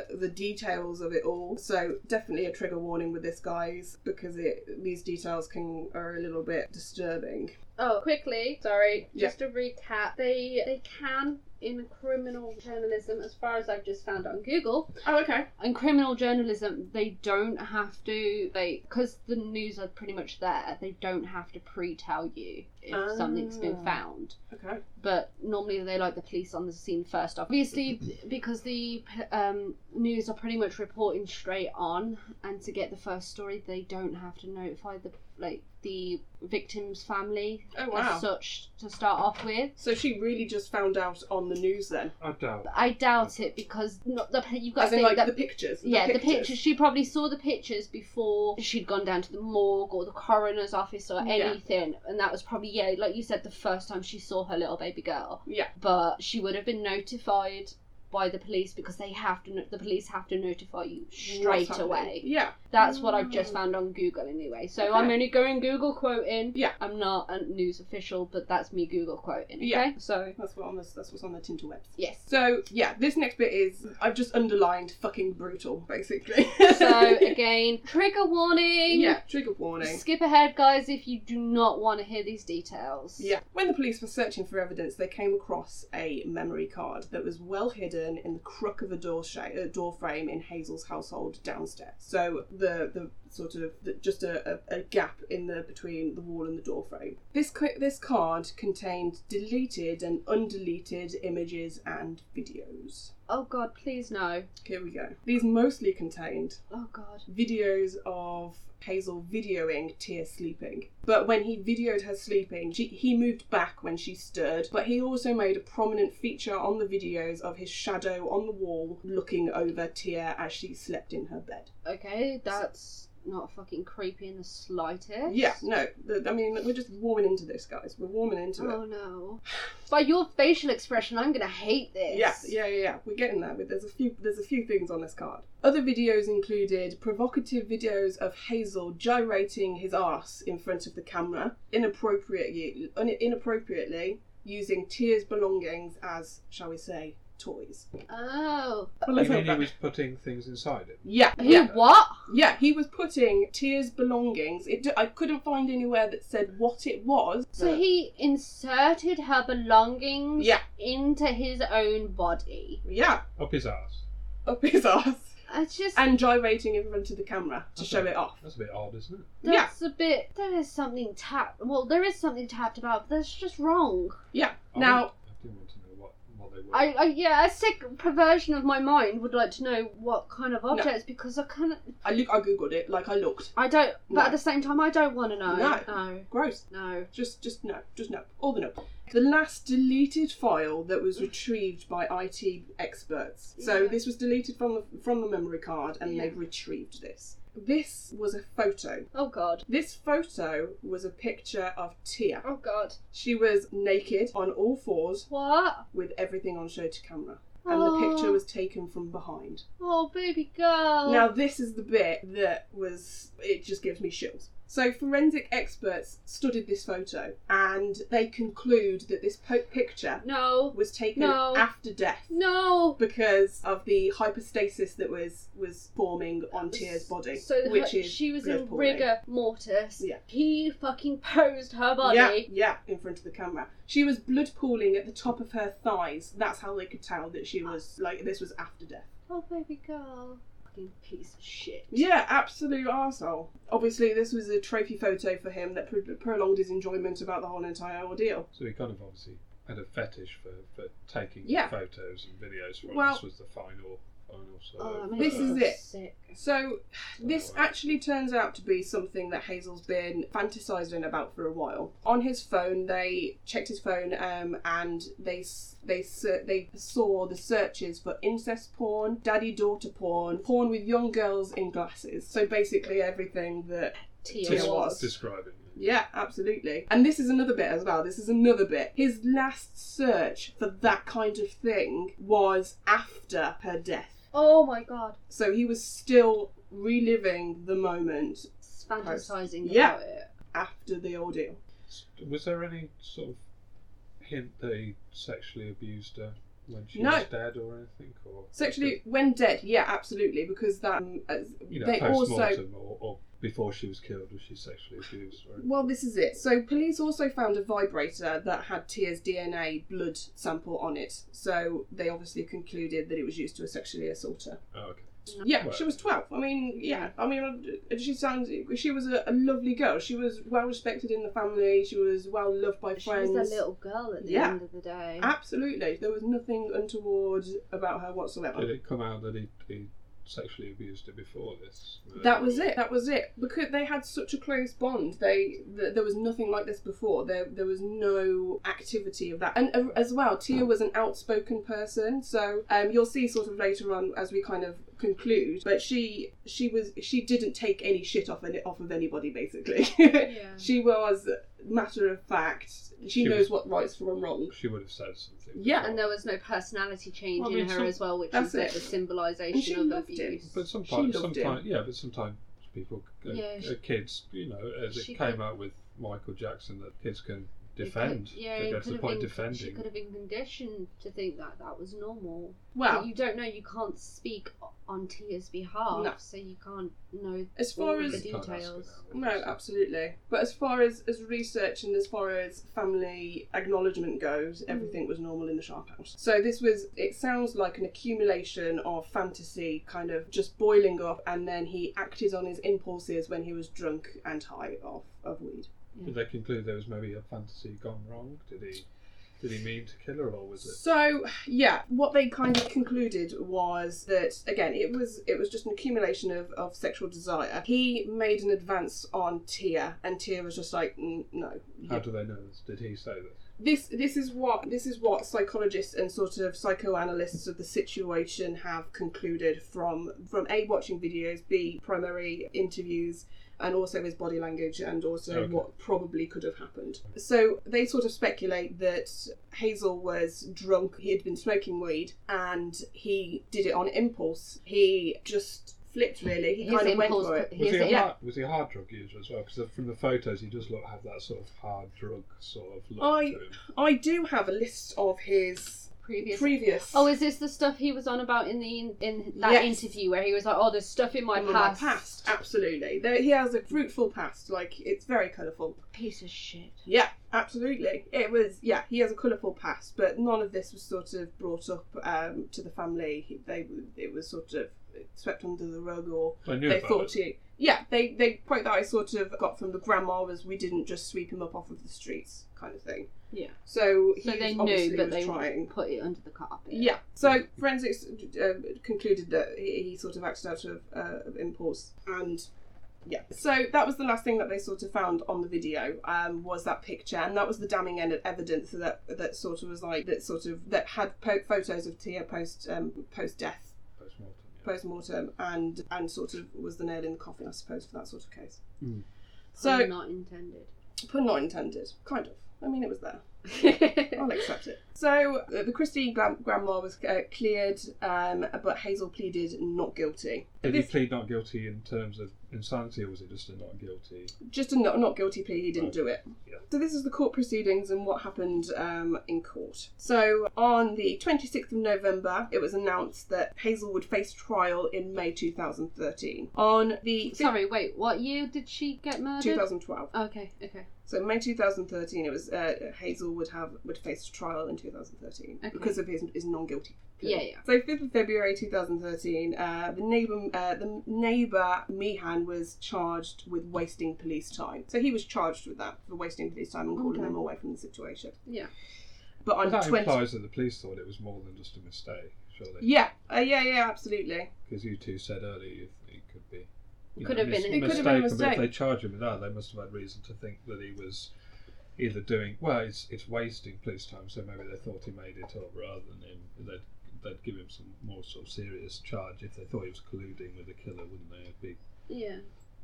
the the details of it all. So, definitely a trigger warning with this, guys, because it these details can are a little bit disturbing. oh, quickly, sorry, Yeah. just to recap, they they can in criminal journalism, as far as I've just found on Google, Oh, okay. in criminal journalism, they don't have to they because the news are pretty much there. They don't have to pre-tell you if something's been Ah. found. Okay. but normally they like the police on the scene first off. Obviously, because the um, news are pretty much reporting straight on, and to get the first story, they don't have to notify the like the victim's family Oh wow. as such to start off with. So she really just found out on the news then, I doubt. I doubt it because not the you've got to as in think like that the pictures. yeah, the pictures. She probably saw the pictures before she'd gone down to the morgue or the coroner's office or Yeah. anything, and that was probably yeah, like you said, the first time she saw her little baby girl. Yeah. but she would have been notified by the police because they have to. no- The police have to notify you What's straight happening. away. Yeah. That's what I've just Mm. found on Google anyway. So Okay. I'm only going Google quoting. Yeah. I'm not a news official, but that's me Google quoting. Okay, Yeah. <laughs> so That's what on this. That's what's on the tinterwebs. yes. So yeah, this next bit is I've just underlined fucking brutal, basically. So <laughs> again, trigger warning. yeah, trigger warning. Skip ahead, guys, if you do not want to hear these details. Yeah. When the police were searching for evidence, they came across a memory card that was well hidden in the crook of a door sha- uh, door frame in Hazel's household downstairs. So the the sort of the, just a, a, a gap in the between the wall and the door frame. This ca- this card contained deleted and undeleted images and videos. Oh God, please no. Here we go. These mostly contained Oh God. videos of Hazel videoing Tia sleeping. But when he videoed her sleeping, she, he moved back when she stirred, but he also made a prominent feature on the videos of his shadow on the wall looking over Tia as she slept in her bed. Okay, that's not fucking creepy in the slightest. Yeah, no, the, I mean, we're just warming into this, guys. We're warming into it. Oh no. By your facial expression, I'm gonna hate this. Yeah, yeah, yeah, yeah. We're getting there, but there's a few there's a few things on this card. Other videos included provocative videos of Hazel gyrating his ass in front of the camera, inappropriately, un- inappropriately using Tears belongings as, shall we say, toys. Oh. Well, You let's hope mean he that- was putting things inside it? Yeah, Who? yeah, What? yeah. He was putting Tears belongings. It, d- I couldn't find anywhere that said what it was. So but- he inserted her belongings Yeah. into his own body. yeah, Up his ass. up his ass It's just and gyrating in front of the camera to Okay. show it off. That's a bit odd, isn't it? that's a bit. There is something tapped. Well, there is something tapped about. but That's just wrong. Yeah. I Now, want- I do want to know what, what they were. I, I yeah, a sick perversion of my mind would like to know what kind of objects because I kind of I look. I googled it. Like I looked. I don't, but No. at the same time I don't want to know. No. no, Gross. no. Just, just no. Just no. All the no. The last deleted file that was retrieved by IT experts. So Yeah. this was deleted from the from the memory card, and Yeah. they've retrieved this. This was a photo. Oh god, This photo was a picture of Tia. oh god, She was naked on all fours what? with everything on show to camera. And the picture Oh. was taken from behind. Oh baby girl. Now, this is the bit that was. It just gives me chills. So, forensic experts studied this photo and they conclude that this po- picture no, was taken No. after death no. because of the hypostasis that was was forming on Tia's body, So which her- is she was blood in pooling. rigor mortis. Yeah. He fucking posed her Yeah, body. yeah, in front of the camera. She was blood pooling at the top of her thighs. That's how they could tell that she was like this was after death. Oh baby girl. Fucking piece of shit. Yeah, absolute arsehole. Obviously, this was a trophy photo for him that pro- prolonged his enjoyment about the whole entire ordeal. So he kind of obviously had a fetish for, for taking Yeah. photos and videos from Well- this was the final final sort Oh, of, that This makes uh, me is feel it. Sick. So, this Alright. actually turns out to be something that Hazel's been fantasizing about for a while. On his phone, they checked his phone, um, and they s- they ser- they saw the searches for incest porn, daddy daughter porn, porn with young girls in glasses. So basically, everything that Tia Tia des- was. describing it. Yeah, absolutely. And this is another bit as well. This is another bit. His last search for that kind of thing was after her death. Oh my god. So he was still reliving the moment It's fantasizing Yeah. about it. after the ordeal. Was there any sort of hint that he sexually abused her when she No. was dead or anything? Or Sexually, when dead, yeah, absolutely, because that um, as- you know, they post also mortem or, or before she was killed, was she sexually abused? Or anything? Well, this is it. So, police also found a vibrator that had Tia's DNA blood sample on it. So, they obviously concluded that it was used to a sexually assault her. Oh, okay. Yeah, Right. she was 12. I mean, yeah. I mean, uh, she sounds. She was a, a lovely girl. She was well respected in the family. She was well loved by She friends. was a little girl at the Yeah. end of the day. Absolutely. There was nothing untoward about her whatsoever. Did it come out that he, he sexually abused her before this? No. That was it. That was it. Because they had such a close bond. They th- there was nothing like this before. There there was no activity of that. And uh, as well, Tia was an outspoken person. So um, you'll see sort of later on as we kind of conclude. But she she was she didn't take any shit off any, off of anybody basically. <laughs> Yeah. she was matter of fact. She, She knows was- what right's from wrong. She would have said something. Yeah, And there was no personality change Well, I in mean, her some- as well, which that's is like it. the symbolisation And she of loved him. abuse. But She sometimes, loved sometimes, yeah, but sometimes people, uh, Yeah, she- uh, kids, you know, as it she came could- out with Michael Jackson, that kids can It defend. could- yeah, they it go to the could have point been- She defending. could have been conditioned to think that that was normal. but Well, you don't know. You can't speak on Tia's behalf, No. so you can't know as all far the as You can't ask her details. now, No, uh, obviously. absolutely. But as far as, as research and as far as family acknowledgement goes, everything was normal in the Sharp House. So this was, it sounds like an accumulation of fantasy kind of just boiling up, and then he acted on his impulses when he was drunk and high off of weed. Did they conclude there was maybe a fantasy gone wrong? Did he? Did he mean to kill her, or was it? So yeah, what they kind of concluded was that again, it was it was just an accumulation of, of sexual desire. He made an advance on Tia, and Tia was just like, "Mm, no, How you- do they know this? Did he say this? this this is what this is what psychologists and sort of psychoanalysts of the situation have concluded from from a watching videos b primary interviews and also his body language and also Okay. what probably could have happened so they sort of speculate that hazel was drunk he had been smoking weed and he did it on impulse he just flipped really he His kind of went impulse, for it Was his he, a im- hard, was he a hard drug user as well? Because from the photos, he does look have that sort of hard drug sort of look I- to him. i do have a list of his previous. previous Oh, is this the stuff he was on about in the in, in that Yes. interview where he was like, "Oh, there's stuff in my Well, past, past, absolutely. There, he has a fruitful past. Like it's very colourful. piece of shit." Yeah, absolutely. It was. Yeah, he has a colourful past, but none of this was sort of brought up um, to the family. He- They it was sort of swept under the rug, or I knew they about thought it. it. Yeah, they they point that I sort of got from the grandma was we didn't just sweep him up off of the streets kind of thing. Yeah. So he So they obviously knew, but was they trying. put it under the carpet. Yeah. So forensics uh, concluded that he, he sort of acted out of, uh, of impulse, and yeah. So that was the last thing that they sort of found on the video um, was that picture, and that was the damning end evidence that that sort of was like that sort of that had po- photos of Tia post um, post death, Post-mortem, yeah. post mortem, and and sort of was the nail in the coffin, I suppose, for that sort of case. Mm. So Pun not <laughs> intended. Pun not intended, kind of. I mean, it was there. Oh, I'll accept it. So uh, the Christie gra- grandma was uh, cleared, um, but Hazel pleaded not guilty. Did he This, plead not guilty in terms of insanity, or was it just a not guilty? just a not, not guilty plea, he didn't Right. do it. Oh, Yeah. So this is the court proceedings and what happened um, in court. So on the 26th of November, it was announced that Hazel would face trial in May 2013. On the <laughs> fif- Sorry, wait. What year did she get murdered? 2012. Okay, okay. So May 2013, it was uh, Hazel would have would face trial in 2013 Okay. because of his, his non guilty Yeah, yeah. So 5th of February 2013, uh, the neighbour uh, the neighbour Meehan was charged with wasting police time. So he was charged with that for wasting police time and calling Okay. them away from the situation. Yeah. But on that 20 implies that the police thought it was more than just a mistake, surely. Yeah, uh, yeah, yeah, absolutely. Because you two said earlier you think it could be. you Could know, have been mis- a- It could have been a mistaken, but mistake. If they charge him with that, they must have had reason to think that he was either doing well. It's it's wasting police time, so maybe they thought he made it up rather than him. They'd they'd give him some more sort of serious charge if they thought he was colluding with the killer, wouldn't they? It'd be Yeah.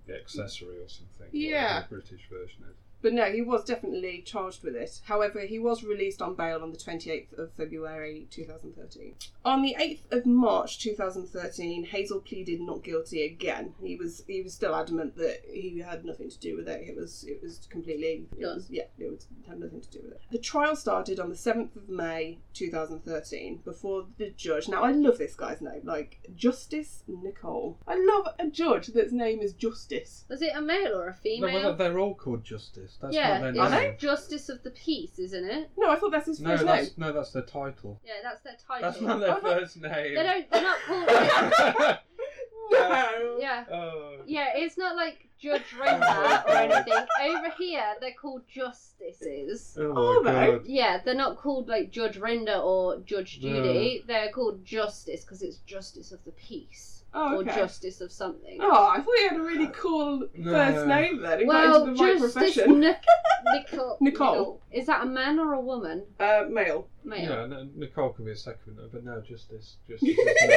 the accessory or something. Yeah. whatever the British version is. But no, he was definitely charged with it. However, he was released on bail on the 28th of February 2013. On the 8th of March 2013, Hazel pleaded not guilty again. He was he was still adamant that he had nothing to do with it. It was it was completely it Done. was- yeah, it was it had nothing to do with it. The trial started on the 7th of May 2013 before the judge. Now I love this guy's name, like Justice Nicole. I love a judge that's name is Justice. Was it a male or a No, female? well, they're all called Justice. That's yeah, not it's their Are name. Justice of the Peace, isn't it? No, I thought that's his No, first name. <laughs> that's no, that's their title. Yeah, that's their title. That's not their Oh, no. first name. They don't. They're not <laughs> called. No. yeah. Oh. Yeah, it's not like Judge <laughs> Renda or anything. Over here, they're called justices. Oh Oh, my no. god. Yeah, they're not called like Judge Renda or Judge Judy. They're called justice because it's justice of the peace Oh, or okay. justice of something. Oh, I thought he had a really cool No. first name then. He well, got into the right Justice profession. Nic- Nicole. Nicole. Is that a man or a woman? uh, male. Male. Yeah, no, Nicole could be a second name, but no, Justice. Justice is not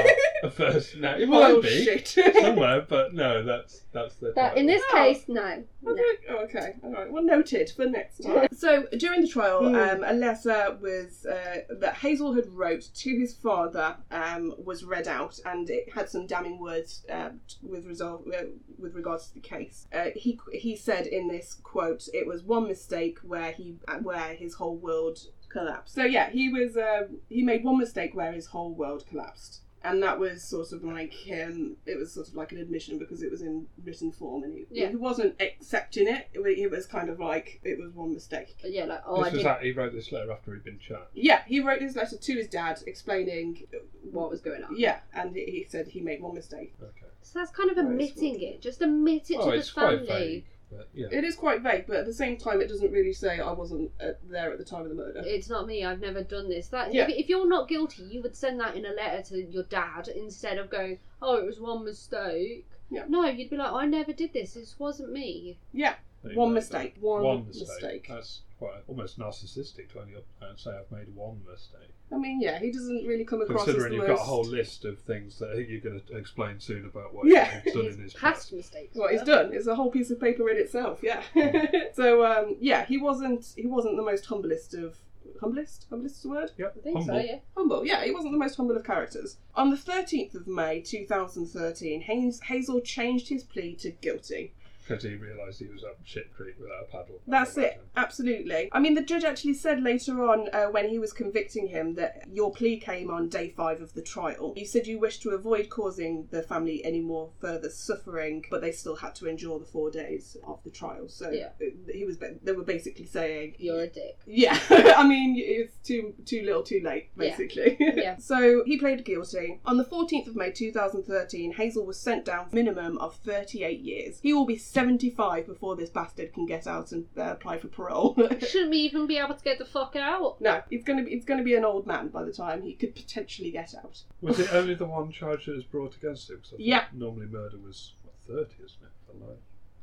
a first name. It might oh, be <laughs> shit. <laughs> somewhere, but no, that's that's their. That in title. this Oh. case, no. no. Okay, oh, okay, all right. Well, noted for next time. so during the trial, Mm. um, a letter was uh, that Hazel had wrote to his father um, was read out, and it had some damning words uh, with resolve uh, with regards to the case. Uh, he he said in this quote, "It was one mistake where he where his whole world collapsed." So yeah, he was um, he made one mistake where his whole world collapsed. And that was sort of like him. It was sort of like an admission because it was in written form, and he, Yeah. he wasn't accepting it. It wa- It was kind of like it was one mistake. But yeah, like oh, I this was did that he wrote this letter after he'd been charged. Yeah, he wrote his letter to his dad explaining. what was going on. Yeah, and he- he said he made one mistake. Okay. So that's kind of Right, it's admitting it. Just admit it oh, to the it's family. quite vague, but yeah. It is quite vague, but at the same time, it doesn't really say I wasn't uh, there at the time of the murder. it's not me. I've never done this. That Yeah. if, if you're not guilty, you would send that in a letter to your dad instead of going, "Oh, it was one mistake." Yeah. No, you'd be like, "I never did this. This wasn't me." They One wrote mistake. that. One, One mistake. mistake. Uh, That's quite almost narcissistic to only up and say I've made one mistake, I mean, yeah, he doesn't really come across as considering the you've most. got a whole list of things that you're going to explain soon about what Yeah. you've done His in his past past. mistakes. what he's were. done is a whole piece of paper in itself. Yeah. <laughs> so um, yeah, he wasn't he wasn't the most humblest of humblest humblest is the word Yep. I think Humble. so. Yeah. humble. Yeah, he wasn't the most humble of characters. On the thirteenth of May two thousand thirteen, Haynes, Hazel changed his plea to guilty. because he realised he was up shit creek without a paddle. That's it, absolutely. I mean, the judge actually said later on uh, when he was convicting him that your plea came on day five of the trial. You said you wished to avoid causing the family any more further suffering, but they still had to endure the four days of the trial. So Yeah. uh, he was. ba- They were basically saying You're a dick. yeah, <laughs> I mean it's too too little, too late, Yeah. basically. Yeah. <laughs> so he pleaded guilty on the 14th of May 2013. Hazel was sent down for a minimum of 38 years. He will be 75 before this bastard can get out and uh, apply for parole. <laughs> Shouldn't we even be able to get the fuck out? no, he's gonna be it's gonna be an old man by the time he could potentially get out. Was it only the one charge that was brought against him? 'Cause I thought Yeah. Normally murder was what, thirty, isn't it? For life.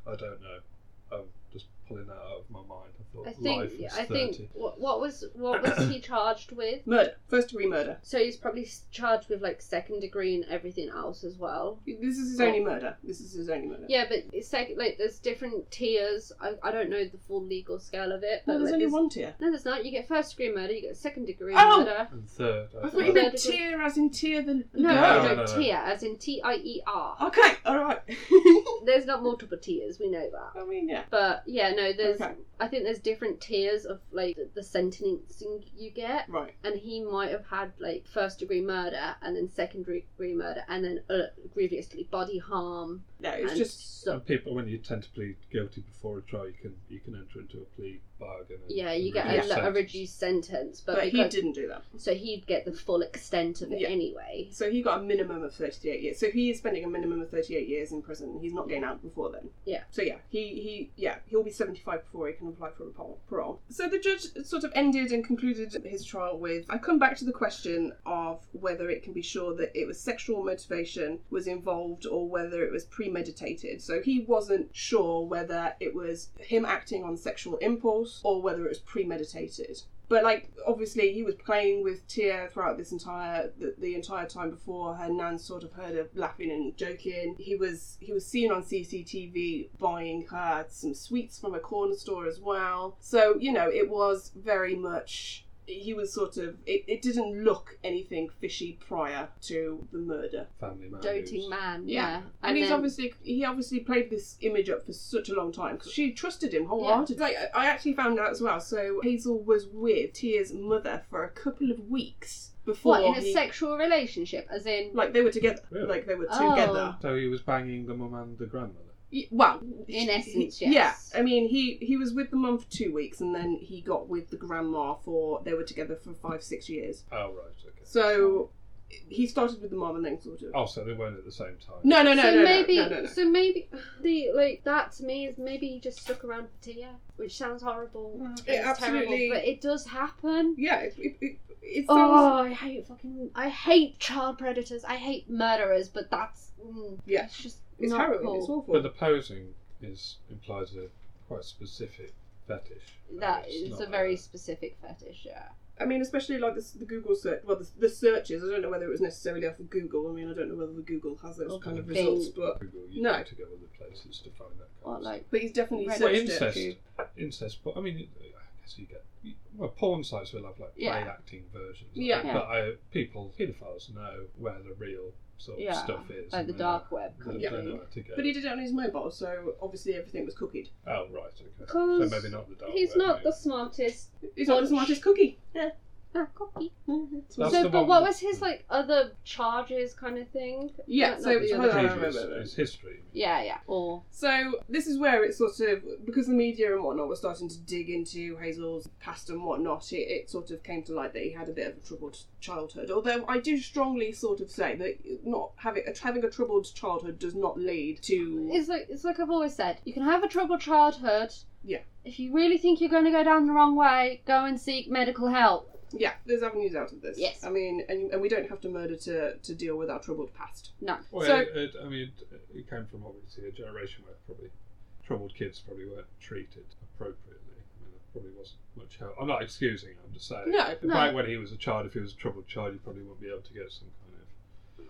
I don't know. I'm just pulling that out of my mind. I thought I life think. was I thirty. think. What, what was what was <coughs> he charged with? Murder, first degree murder. So he's probably s- charged with like second degree and everything else as well. This is his only murder. This is his only murder. Yeah, but it's like, like there's different tiers. I, I don't know the full legal scale of it. But No, there's like, only one tier. No, there's not. You get first degree murder, you get second degree Oh! murder. And third. I thought you meant tier as in tier the. No, no, No, no, no, no. tier, as in T I E R. Okay, alright. Oh! There's not multiple tiers, we know that. <laughs> I mean, yeah. But yeah, no, there's. Okay. I think there's different tiers of like the, the sentencing you get, Right. and he might have had like first degree murder, and then second degree murder, and then uh, grievously body harm. No, it's and just so, And people, when you tend to plead guilty before a trial, you can you can enter into a plea bargain. And, yeah, and you get a, reduce le- a sentence. reduced sentence, but, but he because- didn't do that. so he'd get the full extent of it Yeah. anyway. So he got a minimum of 38 years. So he is spending a minimum of 38 years in prison. He's not getting out before then. Yeah. So yeah, he, he yeah he'll be 75 before he can apply for a pol- parole. So the judge sort of ended and concluded his trial with I come back to the question of whether it can be sure that it was sexual motivation was involved or whether it was premeditated. So he wasn't sure whether it was him acting on sexual impulse or whether it was premeditated. But like, obviously, he was playing with Tia throughout this entire the, the entire time before her nan sort of heard her laughing and joking. He was he was seen on CCTV buying her some sweets from a corner store as well. So you know, it was very much. He was sort of. It, it didn't look anything fishy prior to the murder. Family man. Doting who's- man. Yeah. Yeah. And, he's then- obviously he obviously played this image up for such a long time because she trusted him wholeheartedly. Like, I I actually found out as well. So Hazel was with Tia's mother for a couple of weeks before What, in a he- sexual relationship? As in, like they were together. Really? Like they were Oh. together. So he was banging the mum and the grandmother. Y- Well, In he- essence, he- yes. Yeah, I mean, he he was with the mum for two weeks, and then he got with the grandma for they were together for five six years. Oh right, okay. So he started with the mum and then sort of. Oh, so they weren't at the same time. No, no, no, so no, no, maybe, no, no, no. so maybe <sighs> the like that to me is maybe he just stuck around for Tia, which sounds horrible. Mm. and It it's absolutely- terrible, but it does happen. Yeah, it, it, it, it sounds. Oh, I hate fucking. I hate child predators. I hate murderers. But that's mm, Yeah. It's just It's not harrowing. cool. It's awful. But the posing is implies a quite specific fetish. That It's is not a very specific fetish. Yeah. I mean, especially like the, the Google search, well, the, the searches. I don't know whether it was necessarily off of Google. I mean, I don't know whether Google has those Okay. kind of Bing. results, but Google. You No. need to go other places to find that. Kind Or of like. but he's definitely Right. stuff. well, searched incest, it. incest. But I mean, I guess you get well, porn sites will have like play Yeah. acting versions. of Yeah. it, But I, people, pedophiles know where the real sort of Yeah, stuff is. like and the they dark know- web They, kind they of thing. know where to go. But he did it on his mobile, so obviously everything was cookied. Oh right, okay. So 'Cause maybe not the dark He's web. not maybe. the smartest. He's not the Punch. smartest cookie. Yeah. Ah, cookie. That's so, the but one what with- was his like other charges kind of thing? Yeah, Not- so not it was the His other- hold on, pages, wait, wait, wait. his history. Yeah, yeah. Or So this is where it's sort of because the media and whatnot were starting to dig into Hazel's past and whatnot. It, it sort of came to light that he had a bit of a troubled childhood. Although I do strongly sort of say that not having having a troubled childhood does not lead to it's like it's like I've always said. You can have a troubled childhood. Yeah. If you really think you're going to go down the wrong way, go and seek medical help. Yeah, there's avenues out of this. Yes. I mean, and, and we don't have to murder to, to deal with our troubled past. No. Well, So- it, it, I mean, it- it came from obviously a generation where probably troubled kids probably weren't treated appropriately. I mean, there probably wasn't much help. I'm not excusing. it, I'm just saying. No, no. Back when he was a child, if he was a troubled child, he probably wouldn't be able to get some But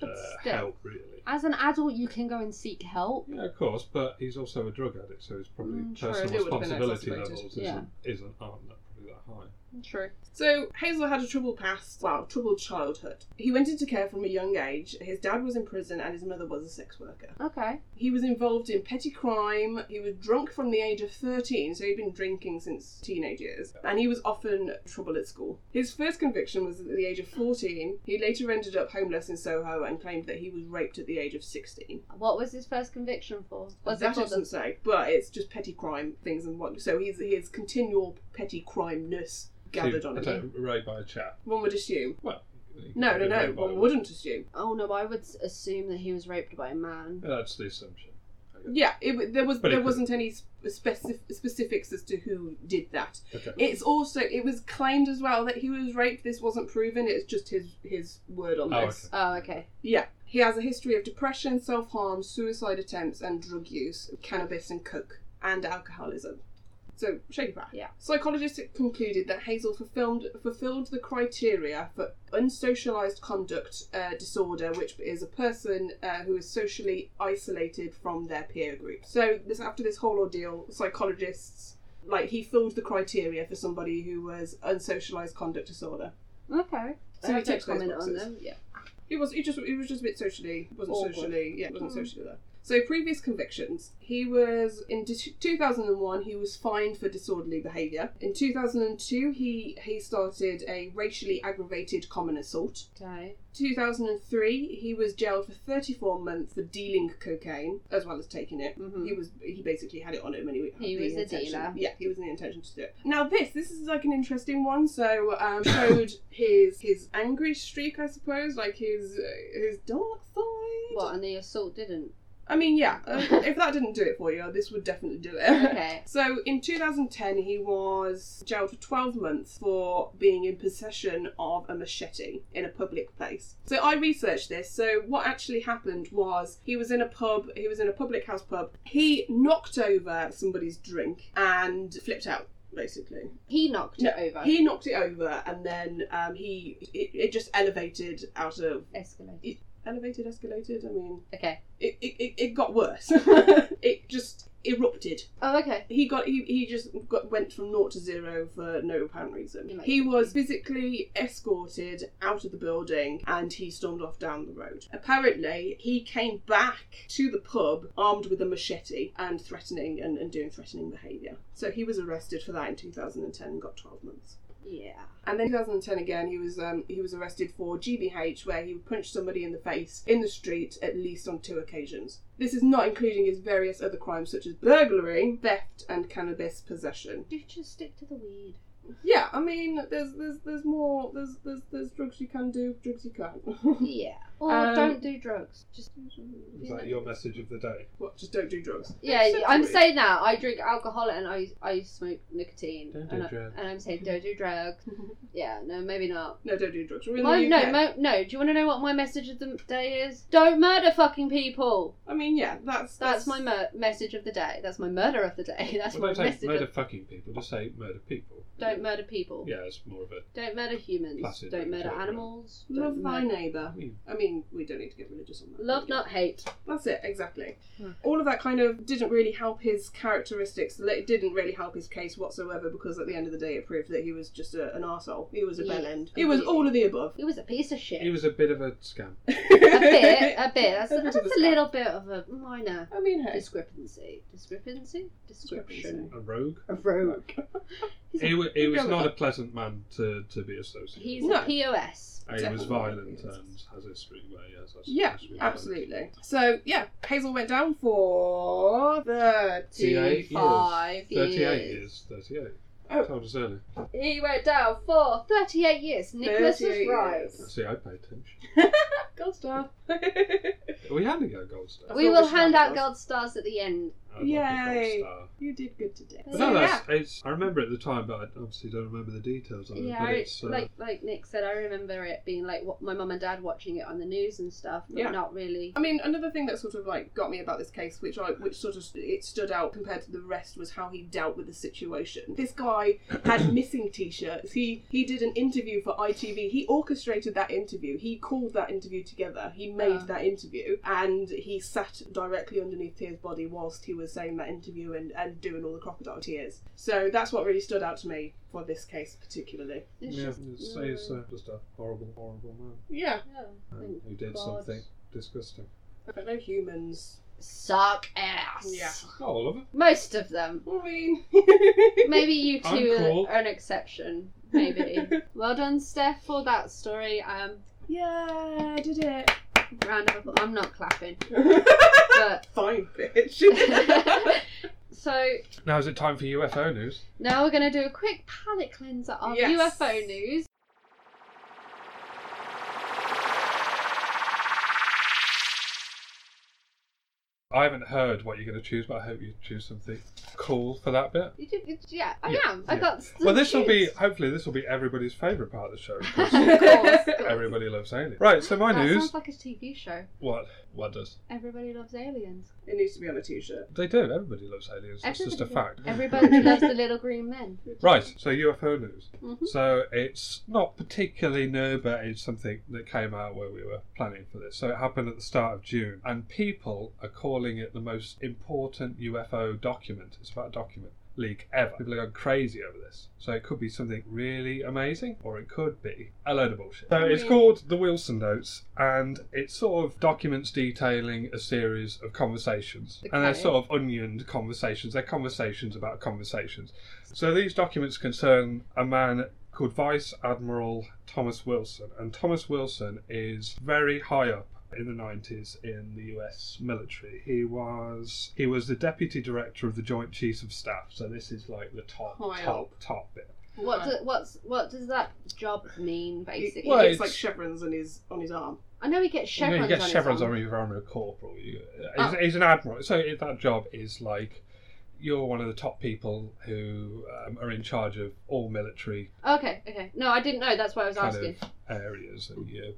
kind of uh, still. help, really. As an adult, you can go and seek help. Yeah, of course, but he's also a drug addict, so his probably Mm, true. personal It would have been responsibility exacerbated. levels isn't, Yeah. isn't aren't that probably that high. True. So Hazel had a troubled past, well, troubled childhood. He went into care from a young age. His dad was in prison and his mother was a sex worker. Okay. He was involved in petty crime. He was drunk from the age of 13, so he'd been drinking since teenage years. And he was often trouble at school. His first conviction was at the age of 14. He later ended up homeless in Soho and claimed that he was raped at the age of 16. What was his first conviction for? Was that it for doesn't the say, but it's just petty crime things and what. So he's his continual petty crimeness gathered So, on I him. don't- Rape by a chap. One would assume. Well, he No, no, could have been no. raped by a One woman. wouldn't assume. Oh no, I would s- assume that he was raped by a man. That's the assumption. I guess. Yeah, it, w- there was But it there could- wasn't any specific, specifics as to who did that. Okay. It's also it was claimed as well that he was raped. This wasn't proven. It's just his his word on Oh, this. okay. Oh, okay. Yeah. He has a history of depression, self harm, suicide attempts, and drug use, cannabis and coke, and alcoholism. So, shake it back. Yeah. Psychologists concluded that Hazel fulfilled, fulfilled the criteria for unsocialized conduct uh, disorder, which is a person uh, who is socially isolated from their peer group. So, this after this whole ordeal, psychologists like he filled the criteria for somebody who was unsocialized conduct disorder. Okay. So he I don't ticks those comment on boxes. them. Yeah. He was. He just. He was just a bit socially. Wasn't Awkward. socially. Yeah. Wasn't Mm. socially there. So previous convictions. He was in dis- 2001. He was fined for disorderly behaviour. In 2002, he he started a racially aggravated common assault. Okay. 2003, he was jailed for 34 months for dealing cocaine as well as taking it. Mhm. He was he basically had it on him and he had He the was a intention- dealer. Yeah, he was in the intention to do it. Now this this is like an interesting one. So <coughs> um, showed his his angry streak, I suppose, like his uh, his dark side. What? And the assault didn't. I mean, yeah. <laughs> uh, if that didn't do it for you, this would definitely do it. Okay. So in 2010, he was jailed for 12 months for being in possession of a machete in a public place. So I researched this. So what actually happened was he was in a pub, he was in a public house pub. He knocked over somebody's drink and flipped out. basically. He knocked No, it over. He knocked it over, and then um, he it, it just elevated out of Escalated. elevated, escalated. I mean, Okay. it it, it, it got worse. <laughs> it just erupted. Oh, okay. He got he, he just got went from naught to zero for no apparent reason. Yeah. He was physically escorted out of the building and he stormed off down the road. Apparently, he came back to the pub armed with a machete and threatening and, and doing threatening behaviour. So he was arrested for that in 2010 and got 12 months. Yeah. And then 2010 again, he was um, he was arrested for GBH, where he punched somebody in the face in the street at least on two occasions. This is not including his various other crimes such as burglary, theft, and cannabis possession. Just, just stick to the weed. Yeah, I mean, there's there's there's more there's there's there's drugs you can do, drugs you can't. <laughs> Yeah. Or Um, don't do drugs. Just. Is that your message of the day? what? Just don't <laughs> do drugs. Yeah, Except I'm weed. saying that. I drink alcohol and I I smoke nicotine. Don't do and, I, drugs. and I'm saying don't do drugs. yeah, no, maybe not. No, don't do drugs. We're in My, the no, UK. my, no. Do you want to know what my message of the day is? Don't murder fucking people. I mean, yeah, that's That's my mur- message of the day. That's my murder of the day. <laughs> That's Well, my don't say message. murder of, fucking people, just say murder people. don't murder people. Yeah, it's more of a. Don't murder humans. Placid don't murder children. animals. Don't love thy murder- neighbour. I mean, we don't need to get religious on that. Love, not hate. That's it, exactly. Hmm. All of that kind of didn't really help his characteristics. It didn't really help his case whatsoever because at the end of the day, it proved that he was just a, an arsehole. He was a Yeah. bellend. He was all of the above. He was a piece of shit. He was a bit of a <laughs> scam. a <laughs> bit, a bit. That's, A bit of that's a a scam. little bit of a minor I mean, hey. discrepancy. Discrepancy? Description. Discrepancy. A rogue. A rogue. He's He, wa- he was Go not on. a pleasant man to, to be associated He's with. No. a POS. And he was Definitely. violent and has a history where he has. Yeah, <laughs> absolutely. So, yeah, Hazel went down for 30. 38 Five years. 38 years. years. 38. Oh. Told us earlier. He went down for 38 years. Nicholas was 38 right. years. See, I pay attention. Gold star. <laughs> Are we handing out gold stars? That's We what will we should hand out have. gold stars at the end. I'd like a Yay. Gold star. you did good today. But But So, no, yeah. that's, it's, I remember at the time, but I obviously don't remember the details of it. Yeah, but I, it's, uh, like like Nick said, I remember it being like what, my mum and dad watching it on the news and stuff, but Yeah. not really. I mean, another thing that sort of like got me about this case, which I which sort of st- it stood out compared to the rest, was how he dealt with the situation. This guy had missing T-shirts. He he did an interview for ITV. He orchestrated that interview. He called that interview together. He made Oh. that interview, and he sat directly underneath Tears' body whilst he was saying that interview and and doing all the crocodile tears. So that's what really stood out to me for this case particularly. It's yeah, just, it's, no. it's uh, just a horrible, horrible man Yeah, Yeah. um, Thank who did God. something disgusting. but no humans. Suck ass. Yeah. Not all of Oh, it. Most of them. I <laughs> mean, Maybe you two <laughs> I'm cool. are, are an exception. <laughs> Maybe. well done, Steph, for that story. Um, yeah, I did it. round of applause. I'm not clapping, but <laughs> Fine, bitch. so Now is it time for UFO news? now we're going to do a quick palate cleanser of Yes. UFO news. I haven't heard what you're going to choose, but I hope you choose something cool for that bit. You did, you- yeah, I Yeah, am. I yeah. got. some Well, this will be juice. hopefully this will be everybody's favourite part of the show. of <laughs> because course, of course. <laughs> Everybody loves aliens. Right, so my that news. sounds like a TV show. What? What does? Everybody loves <laughs> aliens. It needs to be on a t-shirt. They do. Everybody loves aliens. That's Everybody just a loves- fact. Everybody loves the little green men. Right, so UFO news. Mhm. So it's not particularly new, but it's something that came out where we were planning for this. So it happened at the start of June, and people are calling it the most important UFO document. It's about a document leak ever. People are going crazy over this. So it could be something really amazing, or it could be a load of bullshit. So it's Yeah. called the Wilson Notes, and it sort of documents detailing a series of conversations, and they're Okay. sort of onioned conversations. They're conversations about conversations. So these documents concern a man called Vice Admiral Thomas Wilson, and Thomas Wilson is very high up in the 90s in the US military. He was he was the deputy director of the Joint Chiefs of Staff. So this is like the top High top top bit. What do, what's what does that job mean He, he basically? Well, gets it's- like chevrons on his on his arm. I know he gets You know, chevrons. you get on his chevrons arm. on if you're a corporal. You, he's, Oh. he's an admiral. So it- that job is like you're one of the top people who um, are in charge of all military Okay, okay. No, I didn't know. That's why I was kind asking. of areas, and you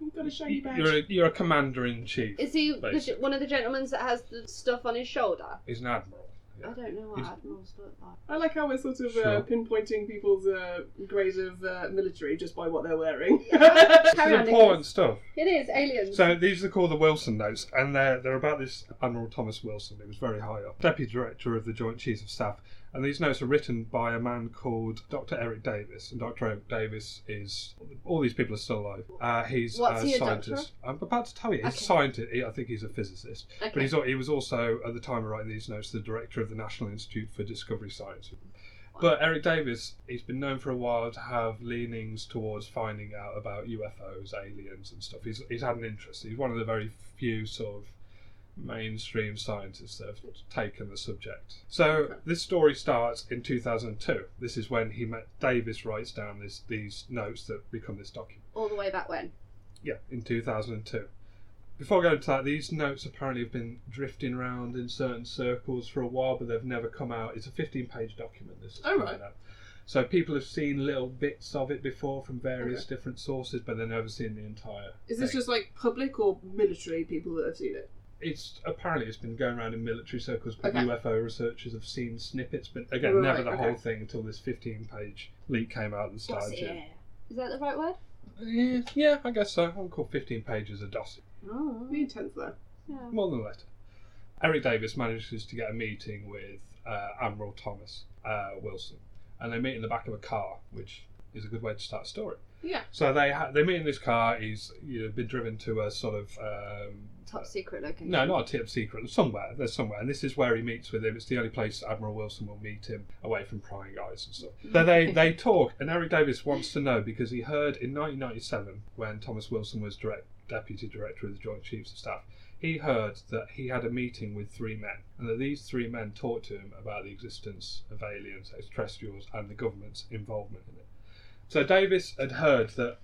You've got a shiny badge. You're a, you're a commander in chief. Is he the, Basically. one of the gentlemen that has the stuff on his shoulder? He's an admiral. I Yeah. don't know what He's- admirals look like. I like how we're sort of uh, Sure. pinpointing people's uh, grade of uh, military just by what they're wearing. <laughs> This Carry is on, important stuff. It is aliens. So these are called the Wilson notes, and they're they're about this Admiral Thomas Wilson, who was very high up, Deputy Director of the Joint Chiefs of Staff. And these notes are written by a man called Dr. Eric Davis, and Dr. Eric Davis is all these people are still alive. Uh, he's What's a he a doctor scientist. I'm about to tell you, he's Okay. a scientist. He- I think he's a physicist, okay. but he's al- he was also at the time of writing these notes the director of the National Institute for Discovery Science. But Eric Davis, he's been known for a while to have leanings towards finding out about UFOs, aliens, and stuff. He's, he's had an interest. He's one of the very few sort of mainstream scientists that have taken the subject. So this story starts in 2002. This is when he met Davis writes down this, these notes that become this document. All the way back when. Yeah, in 2002. Before going to that, these notes apparently have been drifting around in certain circles for a while, but they've never come out. It's a 15 page document, this is Oh, coming right. out. So people have seen little bits of it before from various different sources, but they've never seen the entire. Is this thing. just like public or military people that have seen it? It's apparently it's been going around in military circles, but Okay. UFO researchers have seen snippets, but again, Right, never the okay. whole thing until this 15 page leak came out and started. Dossier. Is that the right word? Yeah, yeah, I guess so. I'll call 15 pages a dossier. Oh. The intense there. Yeah. More than a letter. Eric Davis manages to get a meeting with uh, Admiral Thomas uh, Wilson, and they meet in the back of a car, which is a good way to start a story. Yeah. So they ha- they meet in this car. He's you know, been driven to a sort of um, Top secret location. no, not a tip secret. Somewhere there's somewhere, and this is where he meets with him. It's the only place Admiral Wilson will meet him away from prying eyes and stuff. So they they talk, and Eric Davis wants to know because he heard in 1997 when Thomas Wilson was direct, deputy director of the Joint Chiefs of Staff, he heard that he had a meeting with three men, and that these three men talked to him about the existence of aliens, extraterrestrials, and the government's involvement in it. So Davis had heard that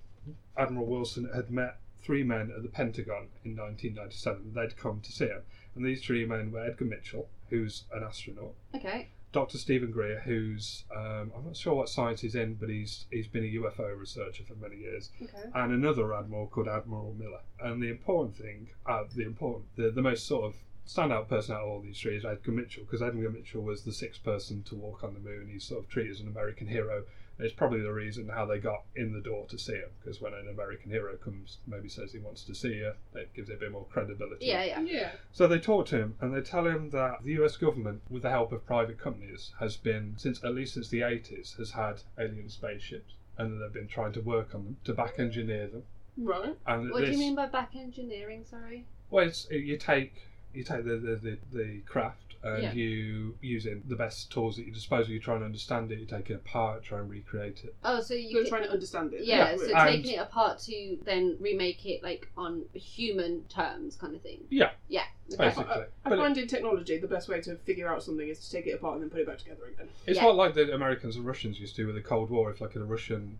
Admiral Wilson had met three men at the Pentagon in 1997. They'd come to see him, and these three men were Edgar Mitchell, who's an astronaut. Okay. Dr. Stephen Greer, who's um, I'm not sure what science he's in, but he's he's been a UFO researcher for many years, Okay. and another admiral called Admiral Miller. And the important thing, uh, the important, the, the most sort of standout person out of all these three is Edgar Mitchell, because Edgar Mitchell was the sixth person to walk on the moon. He's sort of treated as an American hero. It's probably the reason how they got in the door to see him, because when an American hero comes, maybe says he wants to see you, that gives it a bit more credibility. Yeah, yeah. Yeah. So they talk to him and they tell him that the US government, with the help of private companies, has been, since at least since the 80s, has had alien spaceships and that they've been trying to work on them, to back engineer them. Right. And that What do this- you mean by back engineering? Sorry. Well, it's, you take, you take the, the, the, the craft and Yeah. you, using the best tools at your disposal, you try and understand it, you take it apart, try and recreate it. Oh, so you. You're ca- trying to understand it. yeah, so and- taking it apart to then remake it like on human terms, kind of thing. Yeah. Yeah. Okay. Basically. I But it- find in technology the best way to figure out something is to take it apart and then put it back together again. It's Yeah. not like the Americans and Russians used to do with the Cold War. If like a Russian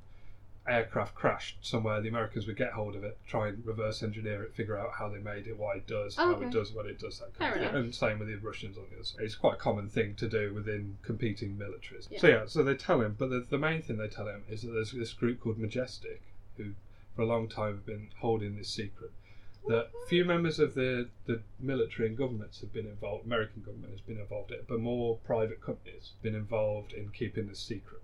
aircraft crashed somewhere, the Americans would get hold of it, try and reverse engineer it, figure out how they made it, why it does, Oh, how okay. it does what it does, that kind Fair of enough. thing. And same with the Russians on the other side. It's quite a common thing to do within competing militaries. Yeah. So yeah, so they tell him, but the, the main thing they tell him is that there's this group called Majestic, who for a long time have been holding this secret. That few members of the, the military and governments have been involved, American government has been involved in it, but more private companies have been involved in keeping this secret.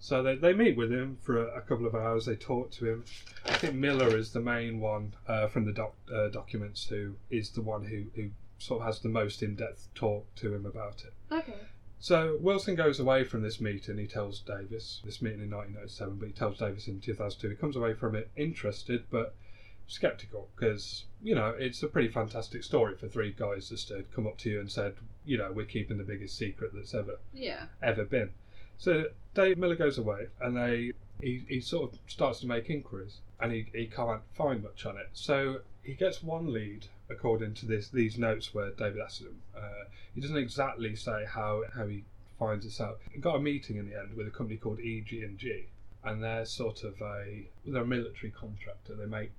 So they, they meet with him for a, a couple of hours, they talk to him. I think Miller is the main one uh, from the doc, uh, documents who is the one who, who sort of has the most in depth talk to him about it. Okay. So Wilson goes away from this meeting. He tells Davis this meeting in 1997, but he tells Davis in 2002. He comes away from it interested but skeptical because you know it's a pretty fantastic story for three guys just to come up to you and said, you know, we're keeping the biggest secret that's ever Yeah. ever been. So Dave Miller goes away, and they he, he sort of starts to make inquiries, and he, he can't find much on it. So he gets one lead according to this these notes where David asks him. Uh, he doesn't exactly say how how he finds this out. He got a meeting in the end with a company called EG and G, and they're sort of a they're a military contractor. They make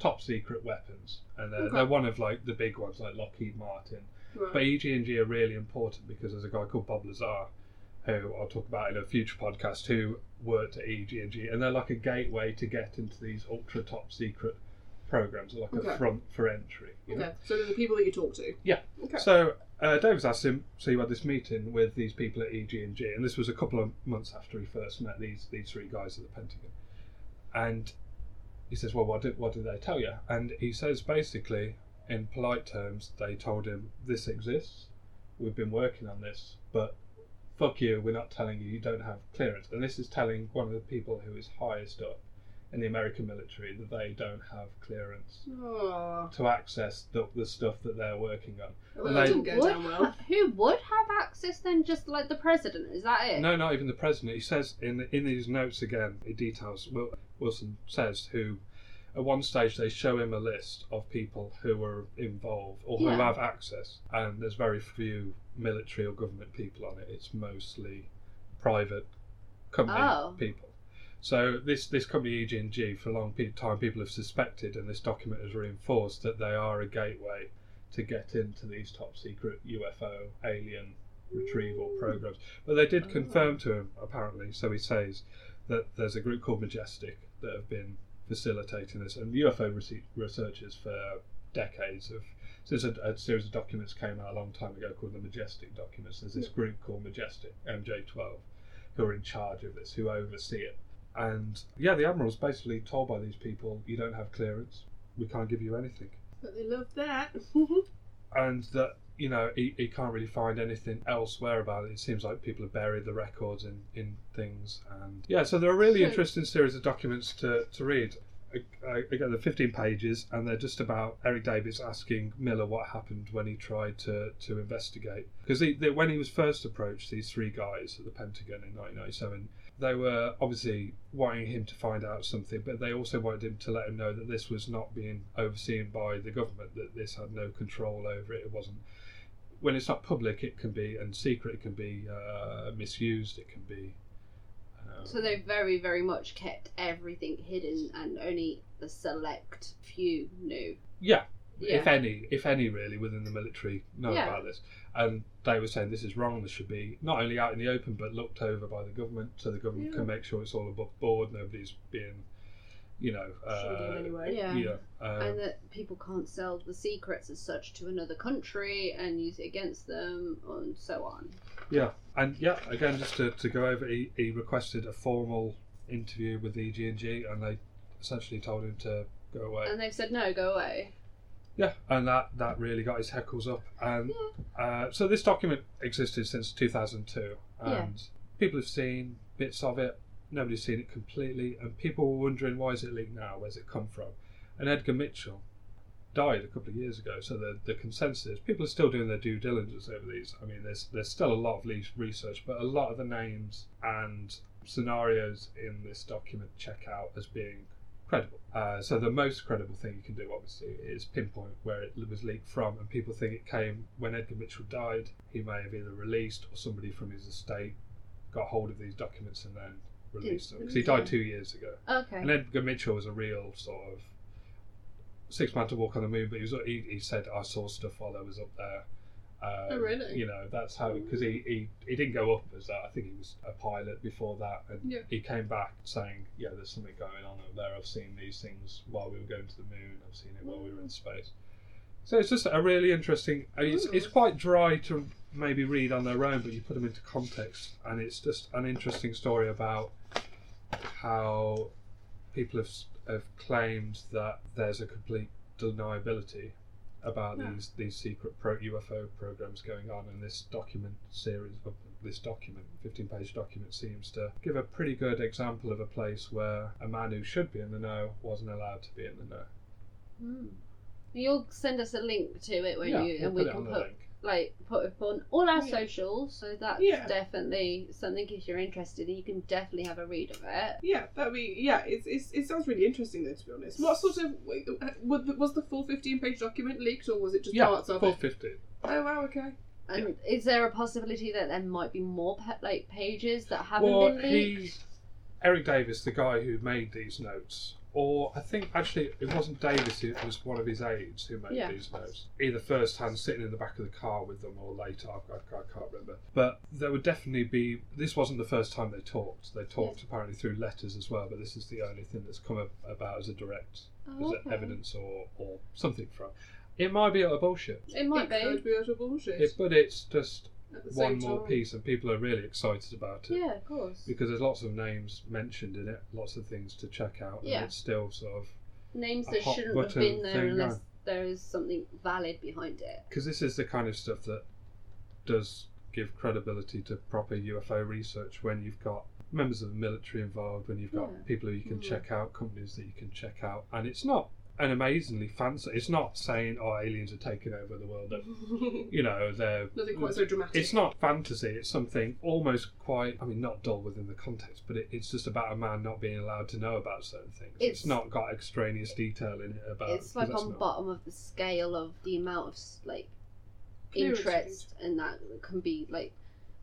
top secret weapons, and they're, Okay. they're one of like the big ones like Lockheed Martin. Right. But EG and G are really important because there's a guy called Bob Lazar, who I'll talk about in a future podcast, E who worked at EG and G, and they're like a gateway to get into these ultra top secret programs, like Okay. a front for entry. you know? Okay. So they're the people that you talk to. Yeah. Okay. So uh, Davis asked him, so you had this meeting with these people at EG and G, and this was a couple of months after he first met these these three guys at the Pentagon, and he says, well, what did what did they tell you? And he says basically, in polite terms, they told him this exists, we've been working on this, but fuck you, we're not telling you, you don't have clearance, and this is telling one of the people who is highest up in the American military that they don't have clearance Oh, to access the, the stuff that they're working on. well, They- that didn't go would down well. ha- who would have access then? Just like the president? Is that it? No, not even the president. He says in in his notes again. He details. Wil- Wilson says who. At one stage, they show him a list of people who are involved or who Yeah. have access, and there's very few military or government people on it. It's mostly private company Oh. people. So this this company E EG&G, for a long pe- time, people have suspected, and this document has reinforced that they are a gateway to get into these top secret UFO alien retrieval programs. But they did confirm to him, apparently, so he says, that there's a group called Majestic that have been facilitating this, and UFO rese- researchers for decades have. Since a, a series of documents came out a long time ago called the Majestic documents, there's this group called Majestic MJ12 who are in charge of this, who oversee it. And yeah, the admiral's basically told by these people, you don't have clearance, we can't give you anything But they loved <laughs> that. and that you know he, he can't really find anything elsewhere about it. It seems like people have buried the records in, in things, and yeah, so they're a really So- interesting series of documents to to read. I- I- Again, they're 15 pages, and they're just about Eric Davis asking Miller what happened when he tried to, to investigate. Because he, they, when he was first approached, these three guys at the Pentagon in 1997, they were obviously wanting him to find out something, but they also wanted him to let him know that this was not being overseen by the government, that this had no control over it. It wasn't. When it's not public, it can be, and secret, it can be uh, misused, it can be. Um, So they very, very much kept everything hidden, and only the select few knew. Yeah. Yeah. If any, if any, really, within the military know Yeah. about this, and they were saying this is wrong. This should be not only out in the open, but looked over by the government, so the government Yeah. can make sure it's all above board. Nobody's being, you know, Shady uh, anyway. Yeah. yeah, um, and that people can't sell the secrets as such to another country and use it against them and so on. Yeah, and yeah, again, just to, to go over, he, he requested a formal interview with the EG&G, and they essentially told him to go away. And they've said, no, go away. yeah, and that, that really got his heckles up. And uh, so this document existed since 2002, and Yeah. people have seen bits of it. Nobody's seen it completely, and people were wondering why is it leaked now? Where's it come from? And Edgar Mitchell died a couple of years ago, so the the consensus people are still doing their due diligence over these. I mean, there's there's still a lot of leak research, but a lot of the names and scenarios in this document check out as being credible. Uh, so the most credible thing you can do, obviously, is pinpoint where it was leaked from, and people think it came when Edgar Mitchell died. He may have either released or somebody from his estate got hold of these documents and then released them because he died two years ago. Okay. And Edgar Mitchell was a real sort of six man to walk on the moon, but he was he, he said I saw stuff while I was up there. Um, Oh, really? You know that's how because he, he he didn't go up as that. I think he was a pilot before that, and Yeah. he came back saying, "Yeah, there's something going on up there. I've seen these things while we were going to the moon. I've seen it while we Mm. were in space." So it's just a really interesting. I mean, it's, it's quite dry to maybe read on their own, but you put them into context, and it's just an interesting story about how people have s- have claimed that there's a complete deniability about Yeah. these these secret pro UFO programs going on, and this document series of this document, 15 page document, seems to give a pretty good example of a place where a man who should be in the know wasn't allowed to be in the know. Hmm. You'll send us a link to it, won't yeah, you? we'll and we put it can on the put link. like put up on all our Yeah. socials. So that's Yeah. definitely something if you're interested, you can definitely have a read of it. Yeah, that'd be yeah. It's, it's it sounds really interesting though. To be honest, what sort of wait, uh, was the- was the full fifteen page document leaked or was it just Yeah, parts of it? 450. Oh wow, okay. And is there a possibility that there might be more pe- like pages that haven't well, been leaked? he, Eric Davis, the guy who made these notes, or I think actually it wasn't Davis, it was one of his aides who made Yeah. these notes. Either first hand sitting in the back of the car with them or later, I, I, I can't remember. But there would definitely be, this wasn't the first time they talked. They talked apparently through letters as well, but this is the only thing that's come ab- about as a direct as Oh, a- evidence or, or something from. It might be out of bullshit, It might it could be. be utter bullshit. it, but it's just at the one same more time. <laughs> piece, and people are really excited about it Yeah, of course. because there's lots of names mentioned in it, lots of things to check out, and Yeah. it's still sort of Names a that hot shouldn't have button been there thing, unless no. there is something valid behind it. because this is the kind of stuff that does give credibility to proper UFO research when you've got members of the military involved, when you've got Yeah. people who you can Mhm. check out, companies that you can check out, and it's not an amazingly fancy. It's not saying oh aliens are taking over the world. They're- You know they're Nothing quite so dramatic. It's not fantasy, it's something almost quite, I mean, not dull within the context, but it, it's just about a man not being allowed to know about certain things. It's, It's- not got extraneous detail in it about. it's like 'cause on Uh, that's not- bottom of the scale of the amount of s- like Clearance interest and that can be like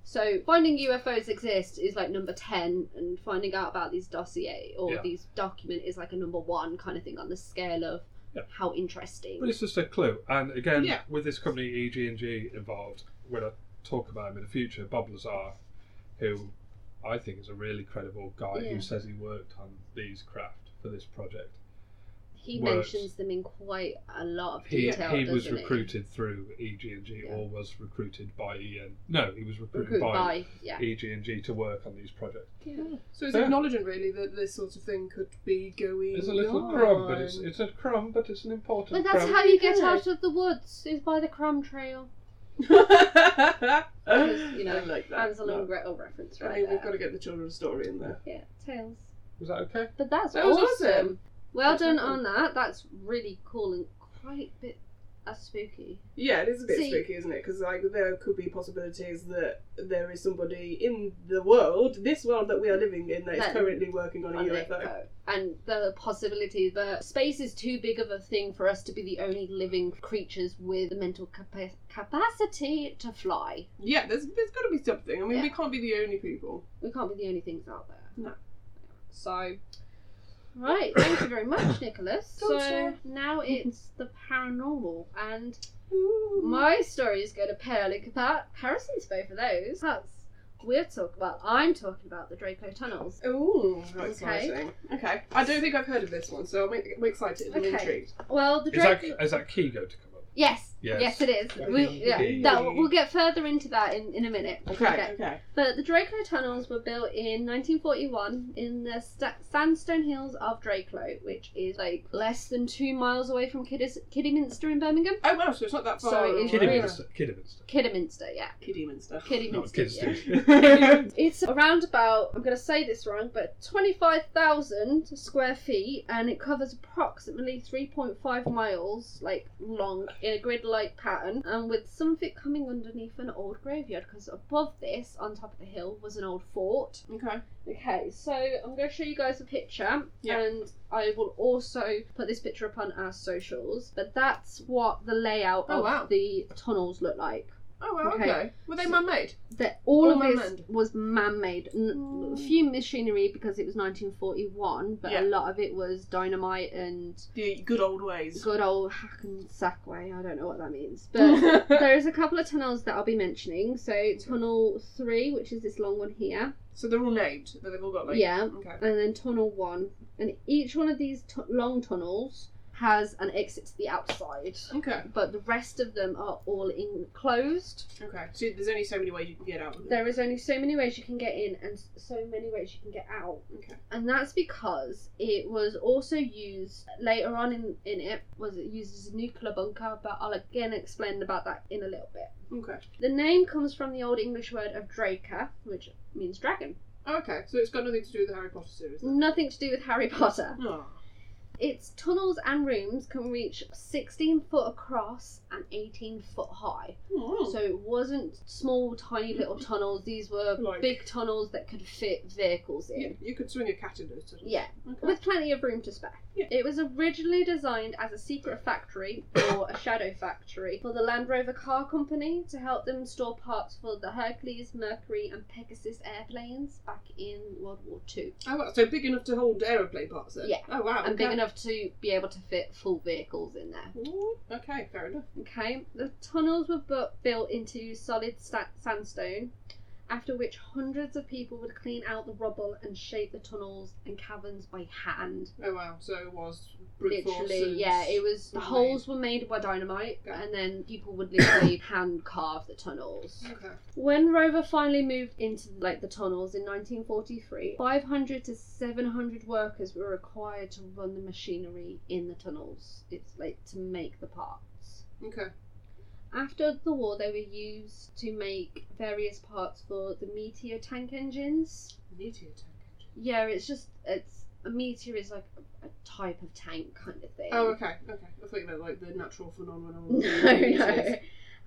so finding UFOs exist is like number 10 and finding out about these dossier or Yeah. these document is like a number 1 kind of thing on the scale of Yeah. how interesting But it's just a clue. And again, Yeah. with this company E EG&G involved, when I talk about him in the future, Bob Lazar, who I think is a really credible guy Yeah. who says he worked on these craft for this project. he works. mentions them in quite a lot of He, detail he was doesn't recruited through E EG&G Yeah. or was recruited by EN. No, he was recruited recruited by, by yeah E EG&G to work on these projects. So it's Yeah. acknowledging really that this sort of thing could be going. It's a little on. crumb, but <laughs> it's it's a crumb, but it's an but important that's crumb. how you Yeah. get out of the woods is by the crumb trail you know, I like that. Hansel No. and Gretel reference I right think there. we've got to get the children's story in there. yeah tales Was that okay? But that's That was awesome. awesome. Well That's done awesome. on that. That's really cool and quite a bit that's spooky. Yeah, it is a bit See- spooky, isn't it? Because like there could be possibilities that there is somebody in the world, this world that we are living in, that is That- currently working on a on UFO. it. And the possibility that space is too big of a thing for us to be the only living creatures with the mental capa- capacity to fly. Yeah, there's there's got to be something. I mean, we Yeah. can't be the only people. We can't be the only things out there. No. So, right. Thank you very <coughs> much, Nicholas. Don't so you? <laughs> now it's the paranormal, and My stories go to pale in compar- comparison to both of those. That's we're talking about. I'm talking about the Draco tunnels. Ooh, how Okay. exciting. Okay. I don't think I've heard of this one, so I'm, I'm excited and Okay. intrigued. Well, the Oh, Is that Draco. is that Kigo to come up? Yes. Yes. yes, it is. We, yeah, that, we'll get further into that in, in a minute. Okay, okay. But the Draco tunnels were built in 1941 in the sta sandstone hills of Draco, which is like less than two miles away from Kiddis- Kidderminster in Birmingham. Oh, wow, so it's not that far. So it is away. really- Kidderminster. Kidderminster. Kidderminster, yeah. Kidderminster. <laughs> Not Kidderminster. yeah. Kidderminster. It's around about, I'm going to say this wrong, but 25,000 square feet and it covers approximately 3.5 miles, like long, in a grid like pattern, and with some of it coming underneath an old graveyard because above this, on top of the hill, was an old fort. Okay. Okay, so I'm going to show you guys a picture, Yeah. and I will also put this picture up on our socials, but that's what the layout Oh, of wow. the tunnels look like Oh, wow, okay. Okay. Were they So- man made? that all All of this man-made. was man-made. N- Mm. A few machinery because it was 1941, but Yeah. a lot of it was dynamite and The good old ways. good old hack and sack way. I don't know what that <laughs> means, but there is a couple of tunnels that I'll be mentioning. So tunnel three, which is this long one here, so they're all named, but they've all got like. yeah, Okay. and then tunnel one, and each one of these tu- long tunnels has an exit to the outside. Okay. But the rest of them are all enclosed. Okay. So there's only so many ways you can get out of it. There is only so many ways you can get in and s- so many ways you can get out. Okay. and that's because it was also used later on in, in it was it used as a nuclear bunker but i'll again explain about that in a little bit Okay. the name comes from the old english word of draca which means dragon Okay. So it's got nothing to do with the Harry Potter series. then? nothing to do with harry potter Oh. Its tunnels and rooms can reach 16 foot across and 18 foot high. Oh. So it wasn't small, tiny little tunnels. These were Like- big tunnels that could fit vehicles in. you, Oh. you could swing a cat in those tunnels. Yeah, Okay. with plenty of room to spare. Yeah. It was originally designed as a secret factory or a shadow factory for the Land Rover Car Company to help them store parts for the Hercules, Mercury, and Pegasus airplanes back in World War Two, Oh, wow, so big enough to hold aeroplane parts then? Yeah. Oh, wow. and big okay. enough to be able to fit full vehicles in there. Ooh, Okay, fair enough. Okay, the tunnels were bu- built into solid sta- sandstone, after which hundreds of people would clean out the rubble and shape the tunnels and caverns by hand. Oh, wow. So it was brute force Literally, and- yeah, it was the Right. holes were made by dynamite, Yeah. and then people would <coughs> literally hand carve the tunnels. Okay. When Rover finally moved into like the tunnels in 1943, 500 to 700 workers were required to run the machinery in the tunnels. It's like to make the parts. Okay. After the war, they were used to make various parts for the meteor tank engines. Meteor tank. Yeah, it's just it's a meteor is like a, a type of tank kind of thing. Oh, okay, okay. I thought you meant like the natural phenomenon. of <laughs> No, no. meteors.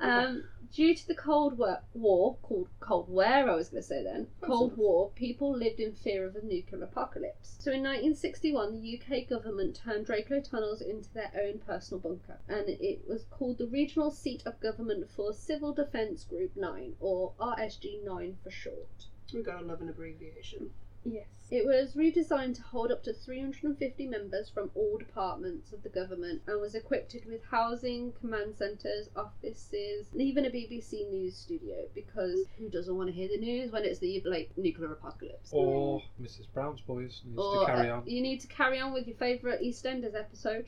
Um, due to the Cold War, war called Cold War, I was going to say then, That's Cold enough. War, people lived in fear of a nuclear apocalypse. So in 1961, the UK government turned Draco Tunnels into their own personal bunker, and it was called the Regional Seat of Government for Civil Defence Group 9, or RSG 9 for short. We gotta love an abbreviation. Yes. It was redesigned to hold up to 350 members from all departments of the government and was equipped with housing, command centres, offices, and even a BBC news studio because who doesn't want to hear the news when it's the like nuclear apocalypse? Or Mrs. Brown's boys needs Or, to carry uh, on. you need to carry on with your favourite EastEnders <laughs> episode.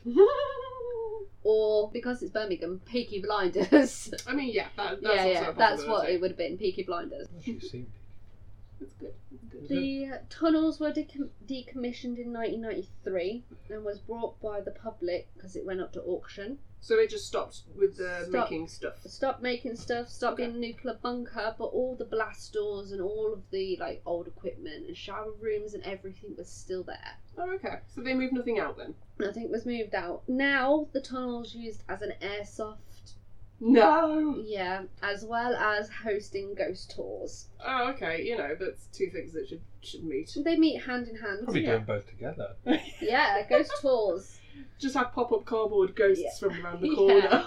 or because it's Birmingham, Peaky Blinders. I mean, yeah, that, that's yeah, also yeah, a that's what possibility. it would have been, Peaky Blinders. Actually, seen <laughs> It's good. It's good. The tunnels were decom- decommissioned in 1993 and was brought by the public because it went up to auction. So it just stops with the Stop. making stuff. Stop making stuff, stop Okay. being a nuclear bunker, but all the blast doors and all of the like old equipment and shower rooms and everything was still there. Oh, okay. So they move nothing out then. Nothing was moved out. Now the tunnels used as an airsoft, No. yeah, as well as hosting ghost tours. Oh, okay. You know, that's two things that should should meet. They meet hand in hand. Probably Yeah. doing both together. Yeah, ghost tours. Just have pop up cardboard ghosts Yeah. from <laughs> around the Yeah.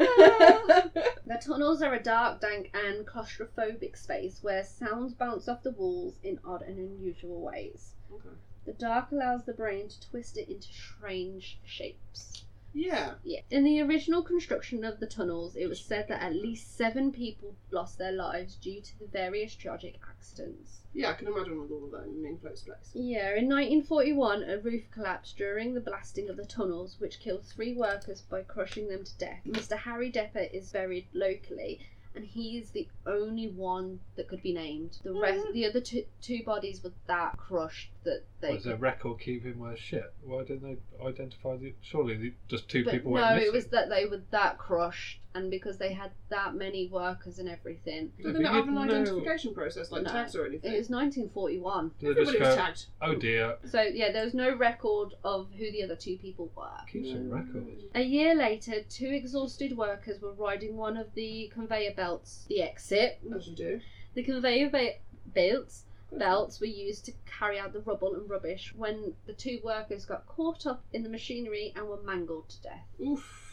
corner. The tunnels are a dark, dank, and claustrophobic space where sounds bounce off the walls in odd and unusual ways. Okay. The dark allows the brain to twist it into strange shapes. <laughs> Yeah. Yeah. In the original construction of the tunnels, it was said that at least seven people lost their lives due to the various tragic accidents. Yeah, I can imagine with all of that in an enclosed place. Yeah, in 1941, a roof collapsed during the blasting of the tunnels, which killed three workers by crushing them to death. Mr. Harry Depper is buried locally, and he is the only one that could be named. The rest, the other two, two bodies were that crushed that they. Was their record keeping was shit? Why didn't they identify the? Surely the, just two but people no, went it missing. was that they were that crushed, and because they had that many workers and everything. Do they Yeah, but not have you'd an know- identification process like No. tags or It anything? was 1941. Did they just Everybody go, was tagged. oh dear, So, yeah, there was no record of who the other two people were. keep some records. A year later, two exhausted workers were riding one of the conveyor belts, the exit. As you do. The conveyor be- belts belts were used to carry out the rubble and rubbish when the two workers got caught up in the machinery and were mangled to death. Oof.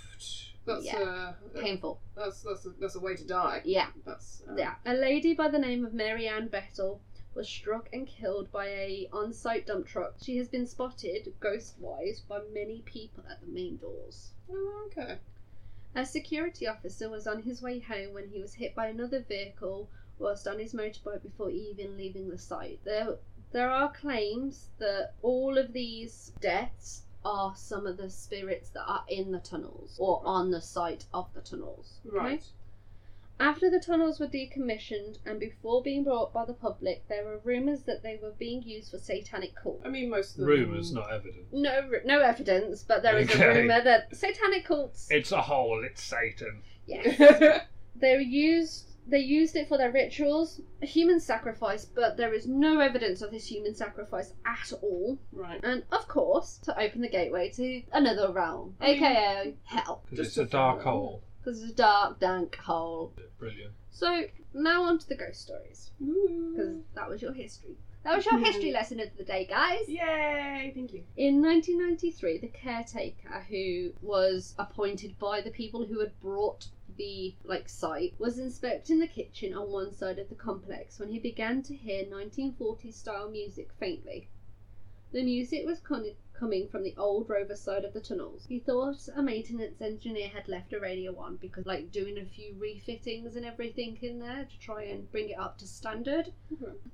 That's Yeah. uh Painful. that's that's a, that's a way to die. Yeah. That's uh, Yeah. A lady by the name of Mary Ann Bettle was struck and killed by a on-site dump truck. She has been spotted ghost-wise by many people at the main doors. oh, okay. A security officer was on his way home when he was hit by another vehicle whilst on his motorbike before even leaving the site. There, there are claims that all of these deaths are some of the spirits that are in the tunnels or on the site of the tunnels. okay? Right. After the tunnels were decommissioned and before being brought by the public, there were rumours that they were being used for satanic cults. I mean most of the Rumours, not evidence. No, no evidence, but there is a Okay. rumour that satanic cults. It's a hole. It's Satan. yes. <laughs> yeah. They were used They used it for their rituals, a human sacrifice, but there is no evidence of this human sacrifice at all. <laughs> Right. And of course, to open the gateway to another realm, aka hell, Because Just it's a a dark flower. hole. because it's a dark, dank hole. Brilliant. So now on to the ghost stories, because Ooh. that was your history. That was your history lesson of the day, guys. Yay! Thank you. In 1993, the caretaker who was appointed by the people who had brought the like site was inspecting the kitchen on one side of the complex when he began to hear 1940s style music faintly. The music was con- coming from the old rover side of the tunnels. He thought a maintenance engineer had left a radio on because like doing a few refittings and everything in there to try and bring it up to standard.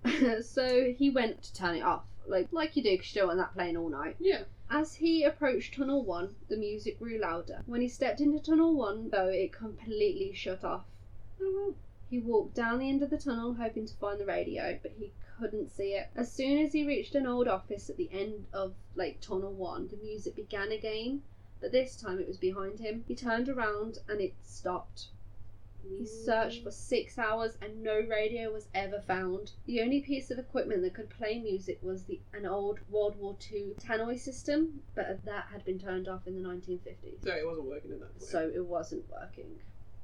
<laughs> so he went to turn it off, like like you do, 'cause you don't want that playing all night. Yeah. As he approached Tunnel 1, the music grew louder. When he stepped into Tunnel 1, though, it completely shut off. Oh, He walked down the end of the tunnel hoping to find the radio, but he couldn't see it. As soon as he reached an old office at the end of like tunnel 1, the music began again, but this time it was behind him. He turned around and it stopped. wow. He searched for 6 hours and no radio was ever found. The only piece of equipment that could play music was the an old World War II tannoy system, but that had been turned off in the 1950s. So it wasn't working at that point. So it wasn't working.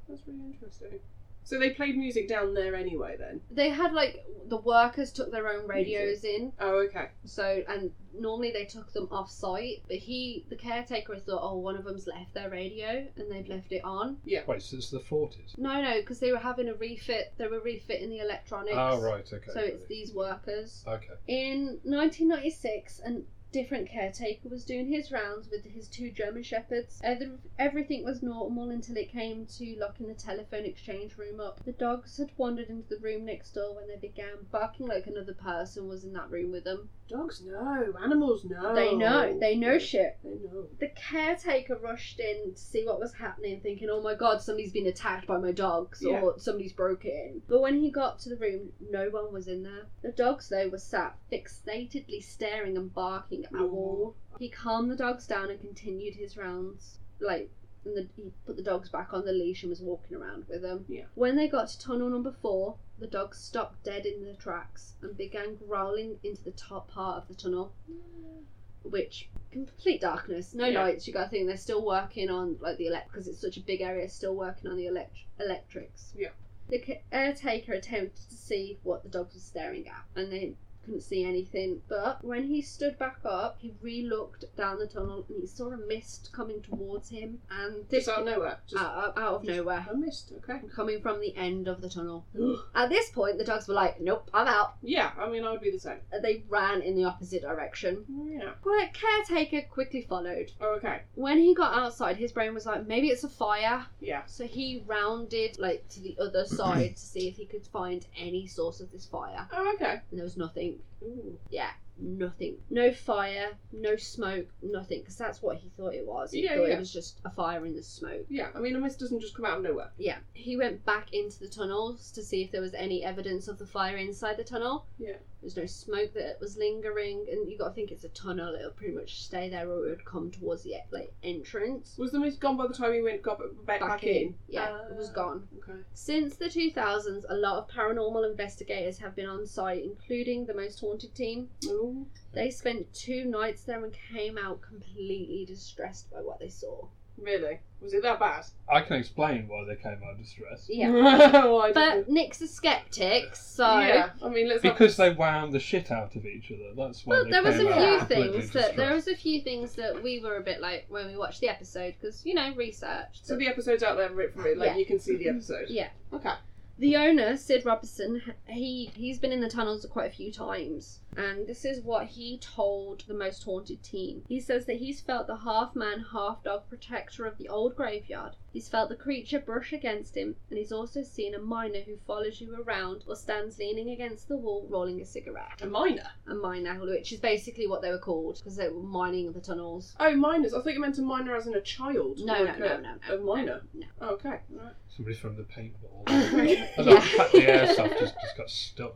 that's really interesting. So they played music down there anyway then. They had like the workers took their own radios in Oh, okay. So, and normally they took them off site, but he, the caretaker, thought, oh, one of them's left their radio and they've left it on. Wait, since the 40s? No, no, because they were having a refit, they were refitting the electronics. Oh, right, okay. So it's brilliant. these workers. Okay. In 1996, a different caretaker was doing his rounds with his two German shepherds. Ev- Everything was normal until it came to locking the telephone exchange room up. The dogs had wandered into the room next door when they began barking like another person was in that room with them. Dogs know. Animals know. They know, they know Oh. shit. They know. The caretaker rushed in to see what was happening, thinking, oh my god, somebody's been attacked by my dogs Yeah. or somebody's broken in. But when he got to the room, no one was in there. The dogs, though, were sat fixatedly staring and barking at a Ooh. wall. He calmed the dogs down and continued his rounds. Like, and the, he put the dogs back on the leash and was walking around with them. Yeah. When they got to tunnel number four, the dogs stopped dead in their tracks and began growling into the top part of the tunnel which complete darkness, no Yeah. lights. You got to think they're still working on like the elect because it's such a big area, still working on the elect- electrics. Yeah. The ca- caretaker attempted to see what the dogs were staring at, and they couldn't see anything. But when he stood back up, he re-looked down the tunnel and he saw a mist coming towards him, and this Ah. Just out of nowhere. Just out, out of nowhere, I missed. Okay. <gasps> coming from the end of the tunnel. At this point, the dogs were like, "Nope, I'm out." yeah. I mean, I would be the same. And They ran in the opposite direction. Yeah. But caretaker quickly followed. Oh, okay. when he got outside, his brain was like, maybe it's a fire. Yeah. So he rounded like to the other side to see if he could find any source of this fire. Oh, okay. And there was nothing. Ooh. Yeah, nothing. No fire, no smoke, nothing. Because that's what he thought it was. He Yeah, thought yeah. it was just a fire in the smoke. Yeah. I mean, a mist doesn't just come out of nowhere. Yeah. He went back into the tunnels to see if there was any evidence of the fire inside the tunnel. Yeah. There's no smoke that was lingering, and you got to think it's a tunnel. It'll pretty much stay there, or it would come towards the like entrance. Was the mist gone by the time we went got back, back in? Yeah, it was Ah. gone. Okay. Since the 2000s, a lot of paranormal investigators have been on site, including the Most Haunted team. Ooh. They spent two nights there and came out completely distressed by what they saw. Really? Was it that bad? I can explain why they came out of distress. <laughs> Yeah. Oh, I didn't- But Nick's a skeptic, so. yeah. I mean, let's Because have... they wound the shit out of each other. That's why Well, they there was came a out few completely things that there was distressed. a few things that we were a bit like when we watched the episode because you know research. So the episode's out there, rip for it. Like Yeah. you can see the episode. Yeah. Okay. The owner, Sid Robertson, he he's been in the tunnels quite a few times, and this is what he told the most haunted team. He says that he's felt the half man, half dog protector of the old graveyard. He's felt the creature brush against him, and he's also seen a miner who follows you around or stands leaning against the wall, rolling a cigarette. A miner. A miner, which is basically what they were called because they were mining the tunnels. Oh, miners. I thought you meant a miner as in a child. No, like no, no, a- no, A no, miner. no. Oh, okay. <coughs> Right. <laughs> Somebody from the paintball. And Yeah. that- The air stuff just, just got stuck.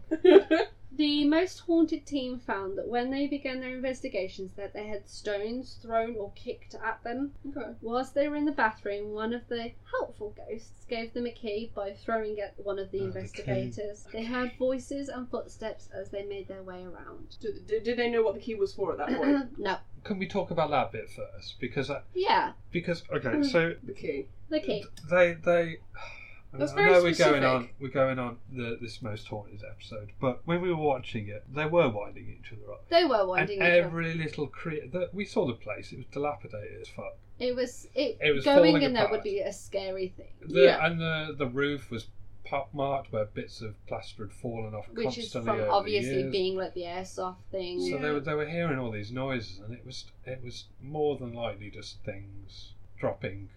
The most haunted team found that when they began their investigations that they had stones thrown or kicked at them. Okay. Whilst they were in the bathroom, one of the helpful ghosts gave them a key by throwing at one of the Ah, the key. investigators. they heard voices and footsteps as they made their way around. Did, did, did they know what the key was for at that <coughs> point? no. Can we talk about that bit first? Because I, Yeah, because Hmm. okay, so <coughs> the key. the key. they they. <sighs> I That's I very know we're specific. going on we're going on the, this most haunted episode, but when we were watching it, they were winding each other up. They were And winding each other. every little cre- that we saw the place, it was dilapidated as fuck. It was it, It was going falling in there would apart. be a scary thing. The, Yeah. And the the roof was pa- marked where bits of plaster had fallen off Which is constantly from over the obviously years. being like the airsoft thing. So they Yeah. were they were hearing all these noises, and it was it was more than likely just things dropping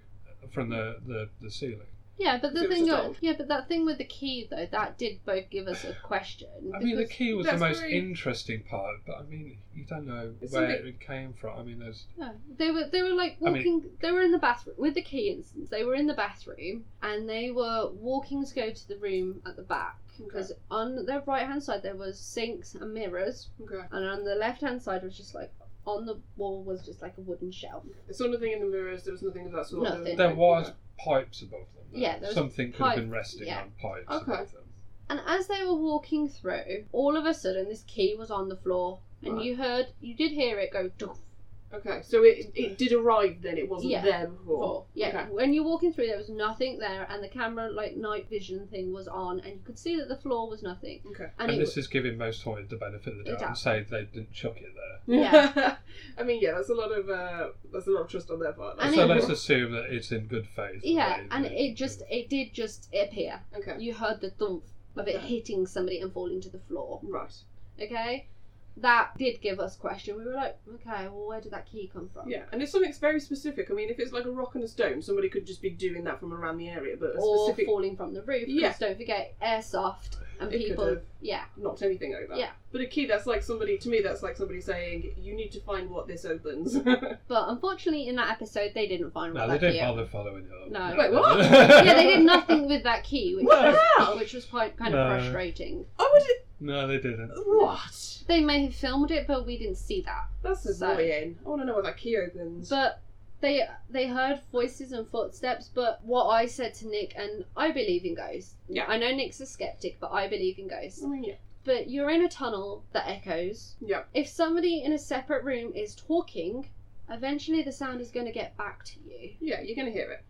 from the the, the ceiling. Yeah, but the It was thing, just o- old. yeah, but that thing with the key though, that did both give us a question. I mean, the because- key was the that's most very- interesting part, but I mean, you don't know It's where something- it came from. I mean, there's No, they were they were like I mean- walking. they were in the bathroom with the key instance. They were in the bathroom and they were walking to go to the room at the back because on their right hand side there was sinks and mirrors, Okay. and on the left hand side was just like on the wall was just like a wooden shelf. There's saw nothing in the mirrors. There was nothing of that sort. Nothing. there was Okay. pipes above them. though. Yeah, there was something could have been pipe- resting yeah. on pipes Okay. above them. And as they were walking through, all of a sudden this key was on the floor, and Right. you heard you did hear it go. Doof, Okay, so it it did arrive then. It wasn't Yeah. there before. Four. Yeah. Okay. When you're walking through, there was nothing there, and the camera, like night vision thing, was on, and you could see that the floor was nothing. Okay. And, And, it, this is giving most haunted the benefit of the doubt Doubt. and say they didn't chuck it there. Yeah. <laughs> I mean, yeah, that's a lot of uh, that's a lot of trust on their part. And so it- let's assume that it's in good faith. that yeah, they- and they- it just it did just appear. okay. You heard the thump of it Okay. hitting somebody and falling to the floor. Right. Okay, that did give us question. We were like, okay, well, where did that key come from? Yeah, and if something's very specific, I mean, if it's like a rock and a stone, somebody could just be doing that from around the area, but a Or specific falling from the roof. Yeah. Because don't forget airsoft and It could people. have. Yeah. knocked anything over. Yeah. But a key, that's like somebody to me, that's like somebody saying you need to find what <laughs> this opens. But unfortunately, in that episode, they didn't find No, what they that key didn't bother following it up. No. Wait, <laughs> what? yeah, they did nothing with that key, which What was, the hell? which was quite kind No. of frustrating. I would. No, they didn't. What? They may have filmed it, but we didn't see that. That's So- annoying. I want to know what that key opens. But they they heard voices and footsteps. But what I said to Nick, and I believe in ghosts. Yeah. I know Nick's a skeptic, but I believe in ghosts. I mean, yeah. But you're in a tunnel that echoes. Yeah. If somebody in a separate room is talking, eventually the sound is going to get back to you. Yeah, you're gonna hear it.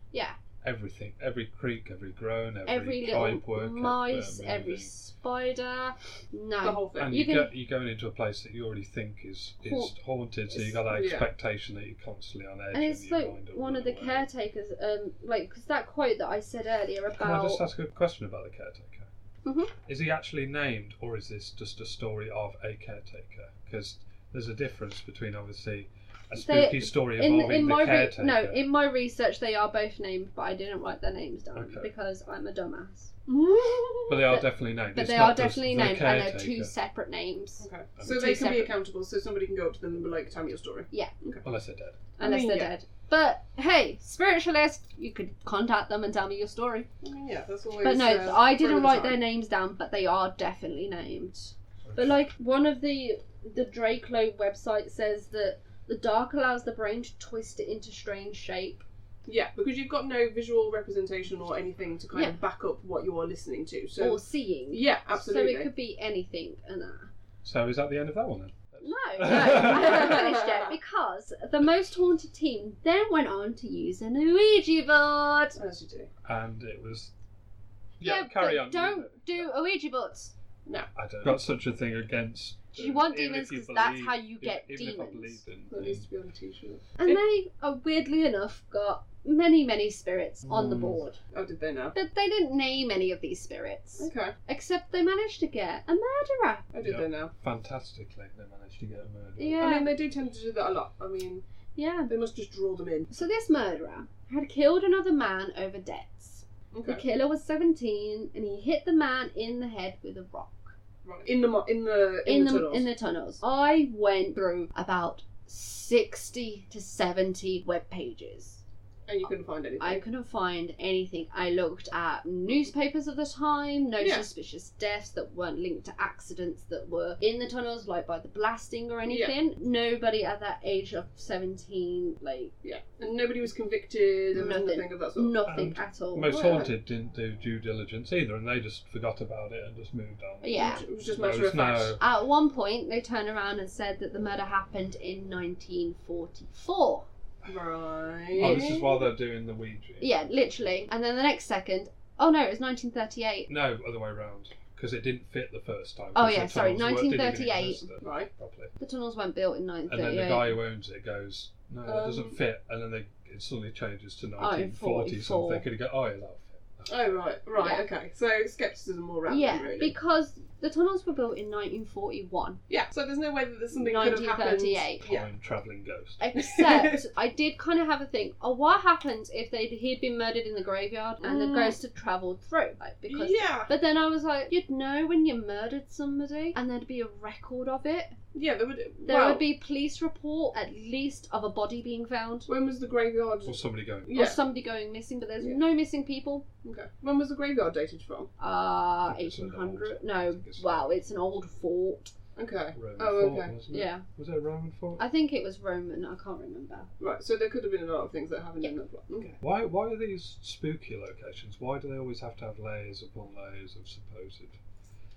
Everything, every creak, every groan, Every, every, little pipe work, mice, um, every everything. spider. No. The whole thing. <laughs> And You you, can- go, you're going into a place that you already think is, is Haunt- haunted, so you it's- got that yeah. expectation that you're constantly on edge. And it's your like mind all one of the away. caretakers, um, like because that quote that I said earlier Can I just about ask a question about the caretaker? Mhm. Is he actually named, or is this just a story of a caretaker? Because there's a difference between obviously a They- spooky story in involving in the my re- caretaker. no in my research they are both named, but I didn't write their names down Okay. because I'm a dumbass. but they are but- definitely named. But It's they not are just definitely the named, and they're two caretaker. separate names, Okay. I So mean- Two they can be separate- accountable. So somebody can go up to them and be like, "Tell me your story." Unless they're dead. I unless mean, they're yeah. dead. But hey, spiritualist, you could contact them and tell me your story. I mean, yeah, that's always. But no, uh, I throw didn't the write time. their names down, but they are definitely named. But like one of the the Draclo website says that the dark allows the brain to twist it into strange shape. Yeah, because you've got no visual representation or anything to kind Yeah. of back up what you are listening to. So or seeing. yeah, absolutely. So it could be anything and that. So is that the end of that one then? No, no, I haven't finished <laughs> yet because the most haunted team then went on to use an Ouija board. As you do. And it was. Yeah, but carry on. you do it. Don't do Ouija boards. I don't. Got such a thing against. You want even if demons you 'cause that's believe- how you get even if I demons. believed in- That needs to be on a t-shirt. And It- they, uh, weirdly enough, got many, many spirits on the Mm. board. Oh, did they now? But they didn't name any of these spirits, Okay, except they managed to get a murderer. I did Yeah. they now. fantastically, they managed to get a murder. Yeah, I mean, they do tend to do that a lot. I mean, yeah. they must just draw them in. So this murderer had killed another man over debts. The Okay, killer was 17 and he hit the man in the head with a rock. right. In the mo- in the in, In the, the, tunnels. in the tunnels. I went through about 60 to 70 web pages And you couldn't find anything. I couldn't find anything. I looked at newspapers of the time, no Yeah. suspicious deaths that weren't linked to accidents that were in the tunnels, like by the blasting or anything. Nobody at that age of 17, like, yeah. And nobody was convicted. There was Nothing. nothing, of that sort. nothing And at all. yeah. Most Haunted didn't do due diligence either, and they just forgot about it and just moved on. Yeah. It was just There matter of was fact. no- At one point, they turned around and said that the murder happened in 1944. Right. Oh, this is while they're doing the Ouija. Yeah, literally. And then the next second, oh no, it was 1938. No, other way around. Because it didn't fit the first time. Oh, 'cause yeah, the sorry, tunnels weren't- didn't even 1938. exist then Right. Properly. The tunnels weren't built in And then 1938. the guy who owns it goes, no, that Um, doesn't fit. And then they, it suddenly changes Oh, to in 1940 44. something. And you go, oh, yeah, that'll fit. Oh right, right, Yeah. okay. So skepticism more around. yeah, really. because the tunnels were built in 1941. yeah. So there's no way that there's something could have happened. 1938. Yeah. Time travelling ghost. Except I did kind of have a think. Oh, what happens if they he'd been murdered in the graveyard and the Mm. ghost had travelled through? Like because. Yeah, But then I was like, you'd know when you murdered somebody, and there'd be a record of it. yeah. There would. There well, would be police report, at least, of a body being found, When was the graveyard? Or somebody going, or Yeah. somebody going missing. But there's Yeah. no missing people. Okay. When was the graveyard dated from? Uh, I think it's an eighteen hundred. old- I No, think it's- well, it's an old fort. Okay. Roman oh, fort, okay. wasn't it? Yeah, Was it a Roman fort? I think it was Roman. I can't remember. Right. So there could have been a lot of things that happened in that plot. Okay. Why, why are these spooky locations? Why do they always have to have layers upon layers of supposed?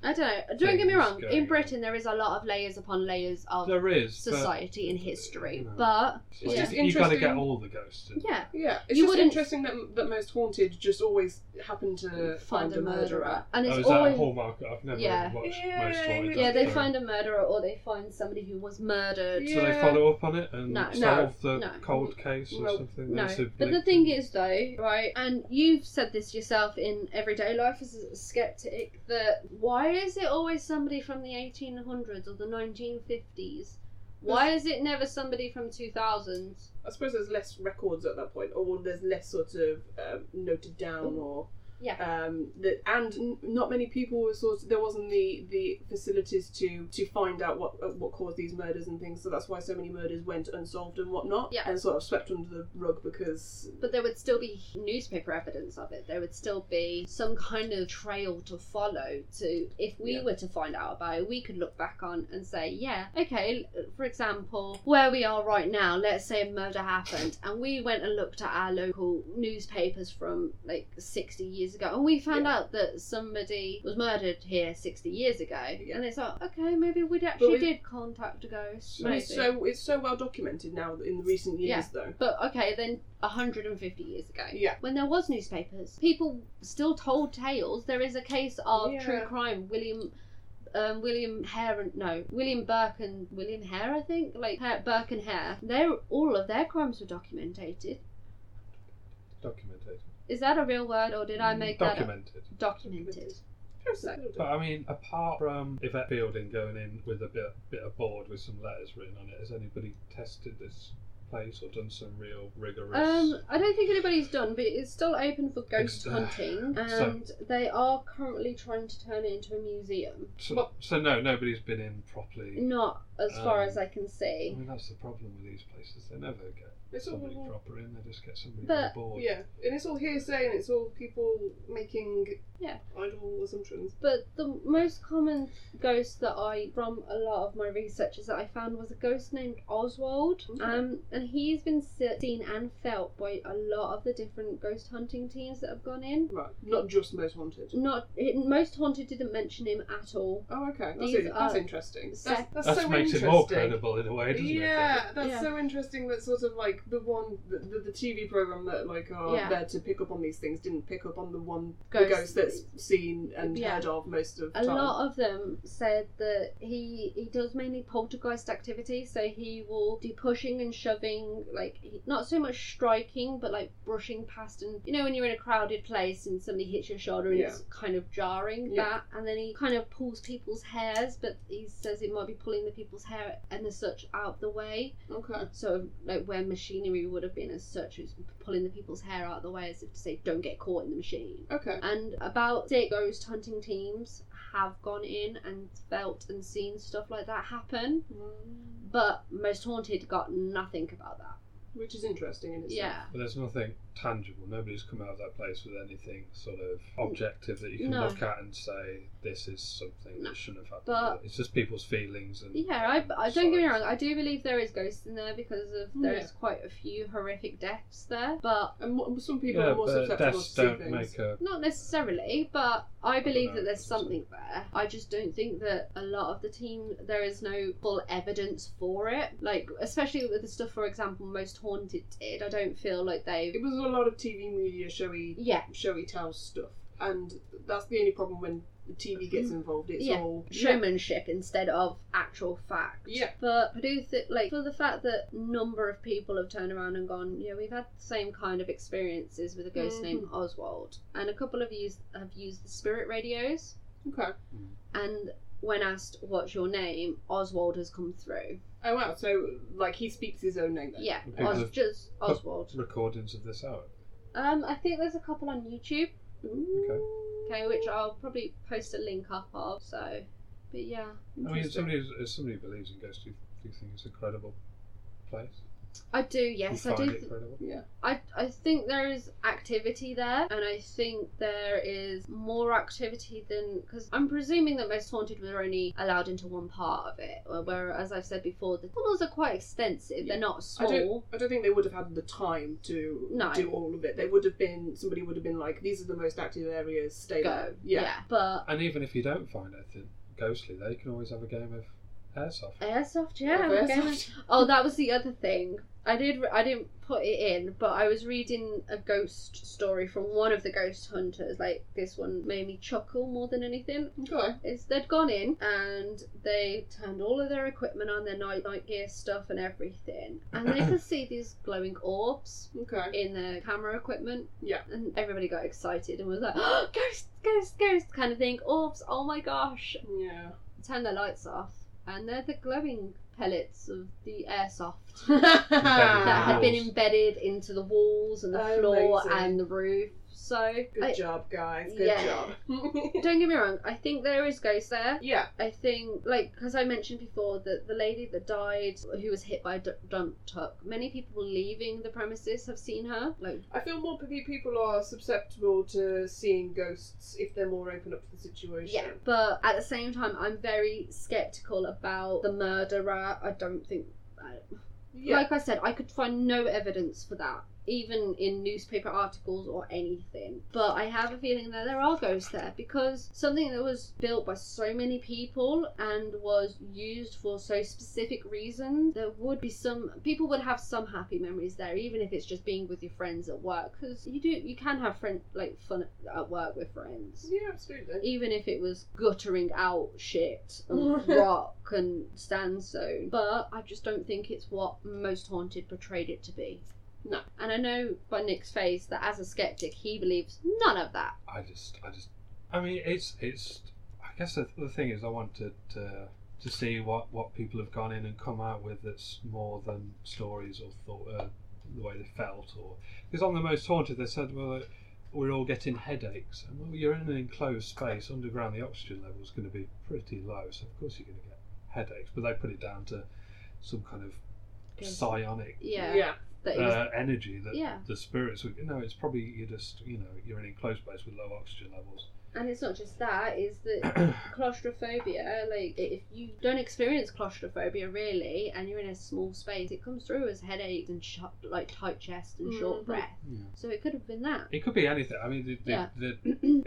I don't know. Don't get me Things wrong. going In on. Britain, there is a lot of layers upon layers of There is but society and history, Yeah. but it's It's like just you, you gotta get interesting- all the ghosts. In. yeah, Yeah. It's You just wouldn't- interesting that that most haunted just always happen to find, a murderer. and Oh, it's is that a always hallmark? I've never Yeah. watched Yeah, most haunted. yeah. They so- find a murderer or they find somebody who was murdered. So they Yeah. follow up on it and No. solve the No. cold case or No. something. No, They said but they- the thing is though, right? And you've said this yourself in everyday life as a skeptic that why is it always somebody from the 1800s or the 1950s? Why is it never somebody from 2000s? I suppose there's less records at that point, or there's less sort of um, noted down, or Mm. Yeah. um, that, and n- not many people were sort. Of, there wasn't the, the facilities to to find out what uh, what caused these murders and things. So that's why so many murders went unsolved and whatnot, Yeah. and sort of swept under the rug because But there would still be newspaper evidence of it. There would still be some kind of trail to follow. To if we Yeah. were to find out about it, we could look back on and say, yeah, okay. l- For example, where we are right now, let's say a murder happened, and we went and looked at our local newspapers from like sixty years ago, and we found out that somebody was murdered here sixty years ago, Yeah. and it's like, okay, maybe we actually we- did contact a ghost. But maybe. it's so it's so well documented now in recent years, though. But okay, then 150 years ago. Yeah. When there was newspapers, people still told tales. There is a case of Yeah. true crime, William um, William Hare and no, William Burke and William Hare, I think, like Hare, Burke and Hare. They all of their crimes were documented. documented. Is that a real word or did I make that up? Mm, documented. Documented. But I mean, apart from Yvette Fielding going in with a bit bit of board with some letters written on it, has anybody tested this place or done some real rigorous? Um, I don't think anybody's done, but it's still open for ghost Ex- uh, hunting, so- and they are currently trying to turn it into a museum. so, so no, nobody's been in properly. Not as far Um, as I can I see. mean, that's the problem with these places. They never get It's somebody all proper in. They just get somebody But- on board. yeah, and it's all hearsay, and it's all people making Yeah. idle assumptions. But the most common ghost that I, from a lot of my researches that I found, was a ghost named Oswald. Okay. Um, and he's been se- seen and felt by a lot of the different ghost hunting teams that have gone in. Right, not just most haunted. Not it, most haunted didn't mention him at all. Oh, okay. That's, These it. that's are- interesting. That's, Sec- that's That so makes it interesting. more credible in a way, doesn't it? yeah, that's Yeah. so interesting. That sort of like the one, the, the, the TV program that like are Yeah. there to pick up on these things didn't pick up on the one Ghost. the ghost that's seen and Yeah. heard of most of the A time. lot of them said that he he does mainly poltergeist activity, so he will do pushing and shoving, like he, not so much striking, but like brushing past and you know when you're in a crowded place and somebody hits your shoulder and it's kind of jarring Yeah. that, and then he kind of pulls people's hairs, but he says it might be pulling the people's hair and as such out the way, Okay. sort of like where machinery would have been as such, it's pulling the people's hair out of the way as if to say don't get caught in the machine. Okay. And about six ghost hunting teams have gone in and felt and seen stuff like that happen, but Most Haunted got nothing about that. which is interesting in itself. Yeah. But there's nothing tangible. Nobody's come out of that place with anything sort of objective that you can No. look at and say this is something No. that shouldn't have happened. But- it's just people's feelings and Yeah, and I, I don't get me wrong. sides. I do believe there is ghosts in there because of Yeah. there's quite a few horrific deaths there, but And what, some people Yeah, are more but susceptible deaths to see don't things. make a not necessarily. But I believe know, that there's it's just- something there. I just don't think that a lot of the team there is no full evidence for it. Like especially with the stuff, for example, most haunted did. I don't feel like they. It was a lot of TV media showy, Yeah, showy tell stuff, and that's the only problem when the TV gets involved. It's Mm-hmm. Yeah. all showmanship instead of actual fact. Yeah. But I do think, like, for the fact that number of people have turned around and gone, yeah, we've had the same kind of experiences with a ghost Mhm. named Oswald, and a couple of you have used the spirit radios, Okay. and when asked what's your name, Oswald has come through. Oh wow. So like he speaks his own name. Then. Yeah, Okay. Os- just Oswald. recordings of this out. Um, I think there's a couple on YouTube. Okay. Okay, which I'll probably post a link up of. So, but yeah, I mean, if Interesting. somebody who's- if somebody believes in ghosts, do you, do you think it's a credible place? I do. Yes, you I find do. it th- credible. Yeah. I, I think there is activity there, and I think there is more activity than. Because I'm presuming that most haunted were only allowed into one part of it, where- where, as I've said before, the tunnels are quite extensive, Yeah. they're not I don't- small. I don't think they would have had the time to No. do all of it. They would have been somebody would have been like, "These are the most active areas. Stay Go. there." Yeah. But And even if you don't find anything ghostly, there you can always have a game of airsoft. airsoft, yeah. Reverse. okay. Oh, that was the other thing. I did. I didn't put it in, but I was reading a ghost story from one of the ghost hunters. Like this one made me chuckle more than anything. Okay. is they'd gone in and they turned all of their equipment on, their night night gear stuff and everything, and they could see these glowing orbs <laughs> Okay. in their camera equipment. Yeah. and everybody got excited and was like, oh, <gasps> "Ghost, ghost, ghost!" kind of thing. Orbs! Oh my gosh! Yeah. Turn their lights off, and they're the glowing pellets of the airsoft <laughs> that had Ah. been embedded into the walls and the floor Amazing. and the roof. So, Good I- job, guys. Good Yeah. job. <laughs> don't get me wrong. I think there is ghosts there. yeah. I think, like, because I mentioned before that the lady that died, who was hit by a d- dump truck, many people leaving the premises have seen her. Like, I feel more pe- people are susceptible to seeing ghosts if they're more open up to the situation. yeah. But at the same time, I'm very skeptical about the murderer. I don't think. I- Yeah. Like I said, I could find no evidence for that, even in newspaper articles or anything. But I have a feeling that there are ghosts there because something that was built by so many people and was used for so specific reasons, there would be some people would have some happy memories there, even if it's just being with your friends at work. Because you do, you can have friend like fun at work with friends. yeah, absolutely. Even if it was guttering out shit and rock and sandstone. But I just don't think it's what Most Haunted portrayed it to be. No. And I know by Nick's face that as a skeptic, he believes none of that. I just, I just, I mean, it's, it's. I guess the, the thing is, I wanted to to see what what people have gone in and come out with that's more than stories or thought, uh, the way they felt, or because on the most haunted they said, well. uh, We're all getting headaches, and well, you're in an enclosed space underground. The oxygen level is going to be pretty low, so of course you're going to get headaches. But they put it down to some kind of psionic Yeah. Yeah. That he was uh, energy that Yeah. the spirits would. No, it's probably you just you know you're in an enclosed space with low oxygen levels. And it's not just that, it's that claustrophobia, like, if you don't experience claustrophobia really, and you're in a small space, it comes through as headaches and sh- like tight chest and short Mhm. breath. Yeah. So it could have been that. <clears throat> It could be anything. I mean, the, the, Yeah. the,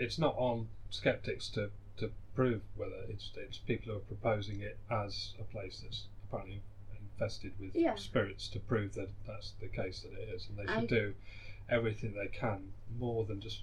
it's not on skeptics to, to prove whether it's it's people who are proposing it as a place that's apparently infested with Yeah. spirits to prove that that's the case that it is, and they should I- do everything they can more than just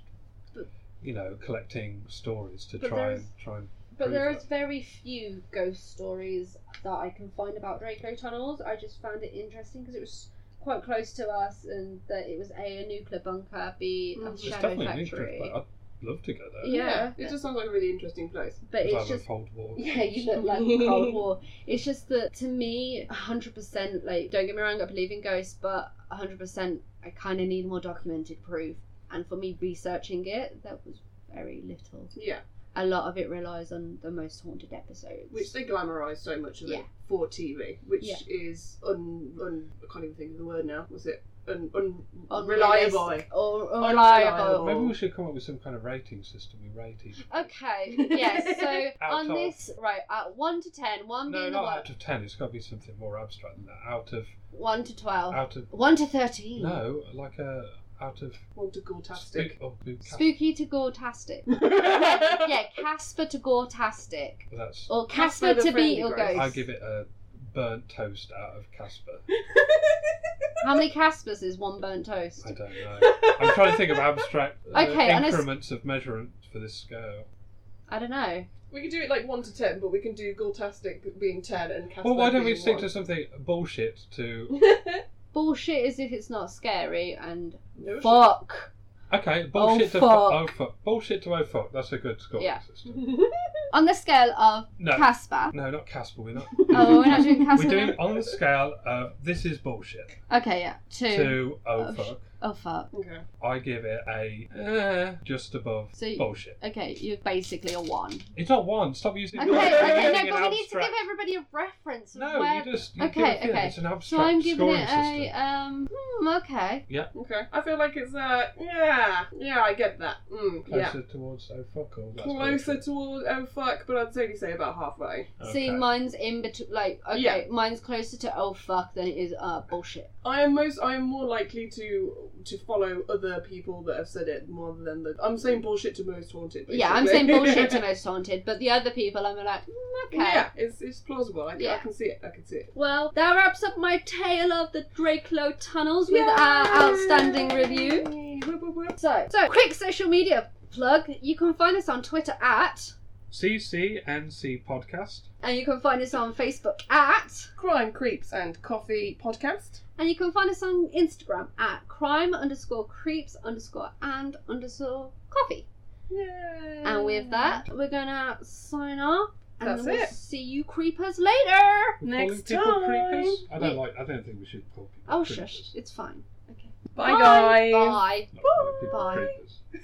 But- you know collecting stories to But try there's- and try and. But prove there that. is very few ghost stories that I can find about Draco tunnels. I just found it interesting because it was quite close to us, and that it was a, a nuclear bunker, b a Mm. It's It's shadow definitely an factory. interest, but I'd love to go there. Yeah. It just sounds like a really interesting place. but It's like it's just a Cold War. Yeah, you look like the Cold <laughs> War. It's just that to me, 100%, like, don't get me wrong, I believe in ghosts, but 100%, I kind of need more documented proof. And for me, researching it, that was very little. Yeah. a lot of it relies on the most haunted episodes. which they glamorise so much of Yeah. it for TV, which Yeah. is un, un I can't even think of the word now. Was it un, un, Unrealistic unreliable? or or Unreliable. reliable. Maybe we should come up with some kind of rating system. We rate each. Oh. Okay, <laughs> yes. So Out on of. this, right, at one to ten, one No, being the not worst, out of ten. It's got to be something more abstract than that. Out of, one to twelve, out of. one to thirteen. Um, No, like a out of. Want to Spook, gortastic? oh, spook- Spooky to <laughs> gore-tastic. <laughs> yeah, Casper to gore-tastic. That's. Or Casper Casper, the to Friendly Beetle Ghost. Ghost. I give it a burnt toast out of Casper. How many Caspers is one burnt toast? I don't know. <laughs> I'm trying to think of abstract uh, Okay, and I s- increments of measurement for this scale. I don't know. We can do it like one to ten, but we can do gortastic being ten and Casper Well, why don't we being stick one. to something bullshit to. <laughs> Bullshit is if it's not scary and No shit. fuck. Okay, bullshit to. fuck. Oh, fuck. Bullshit to oh, fuck. That's a good scoring Yeah. system. On the scale of No. <laughs> Casper. No, not Casper. We're not. Oh, we're not doing Casper. We're doing now? on the scale of this is bullshit Okay, yeah. Two. to oh Oh, sh- fuck. Oh fuck. <laughs> Okay. I give it a uh, just above So you- bullshit. Okay, you're basically a one. it's not one. Stop using. <laughs> Okay, you're okay, using no, an but we need to give abstract- everybody a reference of No, where. you just you Okay, give it- okay. It's an abstract so I'm giving scoring it a system. um. hmm, okay. Okay. I feel like it's uh yeah yeah I get that. Mm, yeah. Closer towards oh fuck or that's Closer bullshit. toward oh fuck, but I'd only say about halfway. See, Okay. mine's in between. Like, okay, Yeah. mine's closer to oh fuck than it is uh bullshit. I am most. I am more likely to to follow other people that have said it more than the. I'm saying bullshit to most haunted. Basically. Yeah, I'm saying <laughs> bullshit <laughs> to most haunted, but the other people, I'm like, mm, okay. Yeah, it's it's plausible. I, I Yeah. can see it. I can see it. Well, that wraps up my tale of the Draco tunnels with Yay! our outstanding review. Whoop, whoop, whoop. So, so quick social media plug. You can find us on Twitter at, CCNC podcast. and you can find us on Facebook at, Crime creeps and coffee podcast. and you can find us on Instagram at crime underscore creeps underscore and underscore coffee. Yeah. And with that, we're gonna sign off. And Mm. That's then we'll it. see you creepers later. We're Next calling people creepers? We- I don't like. I don't think we should call people. Oh creepers. shush, it's fine. Okay. Bye, guys. Bye. Not calling people Bye. creepers.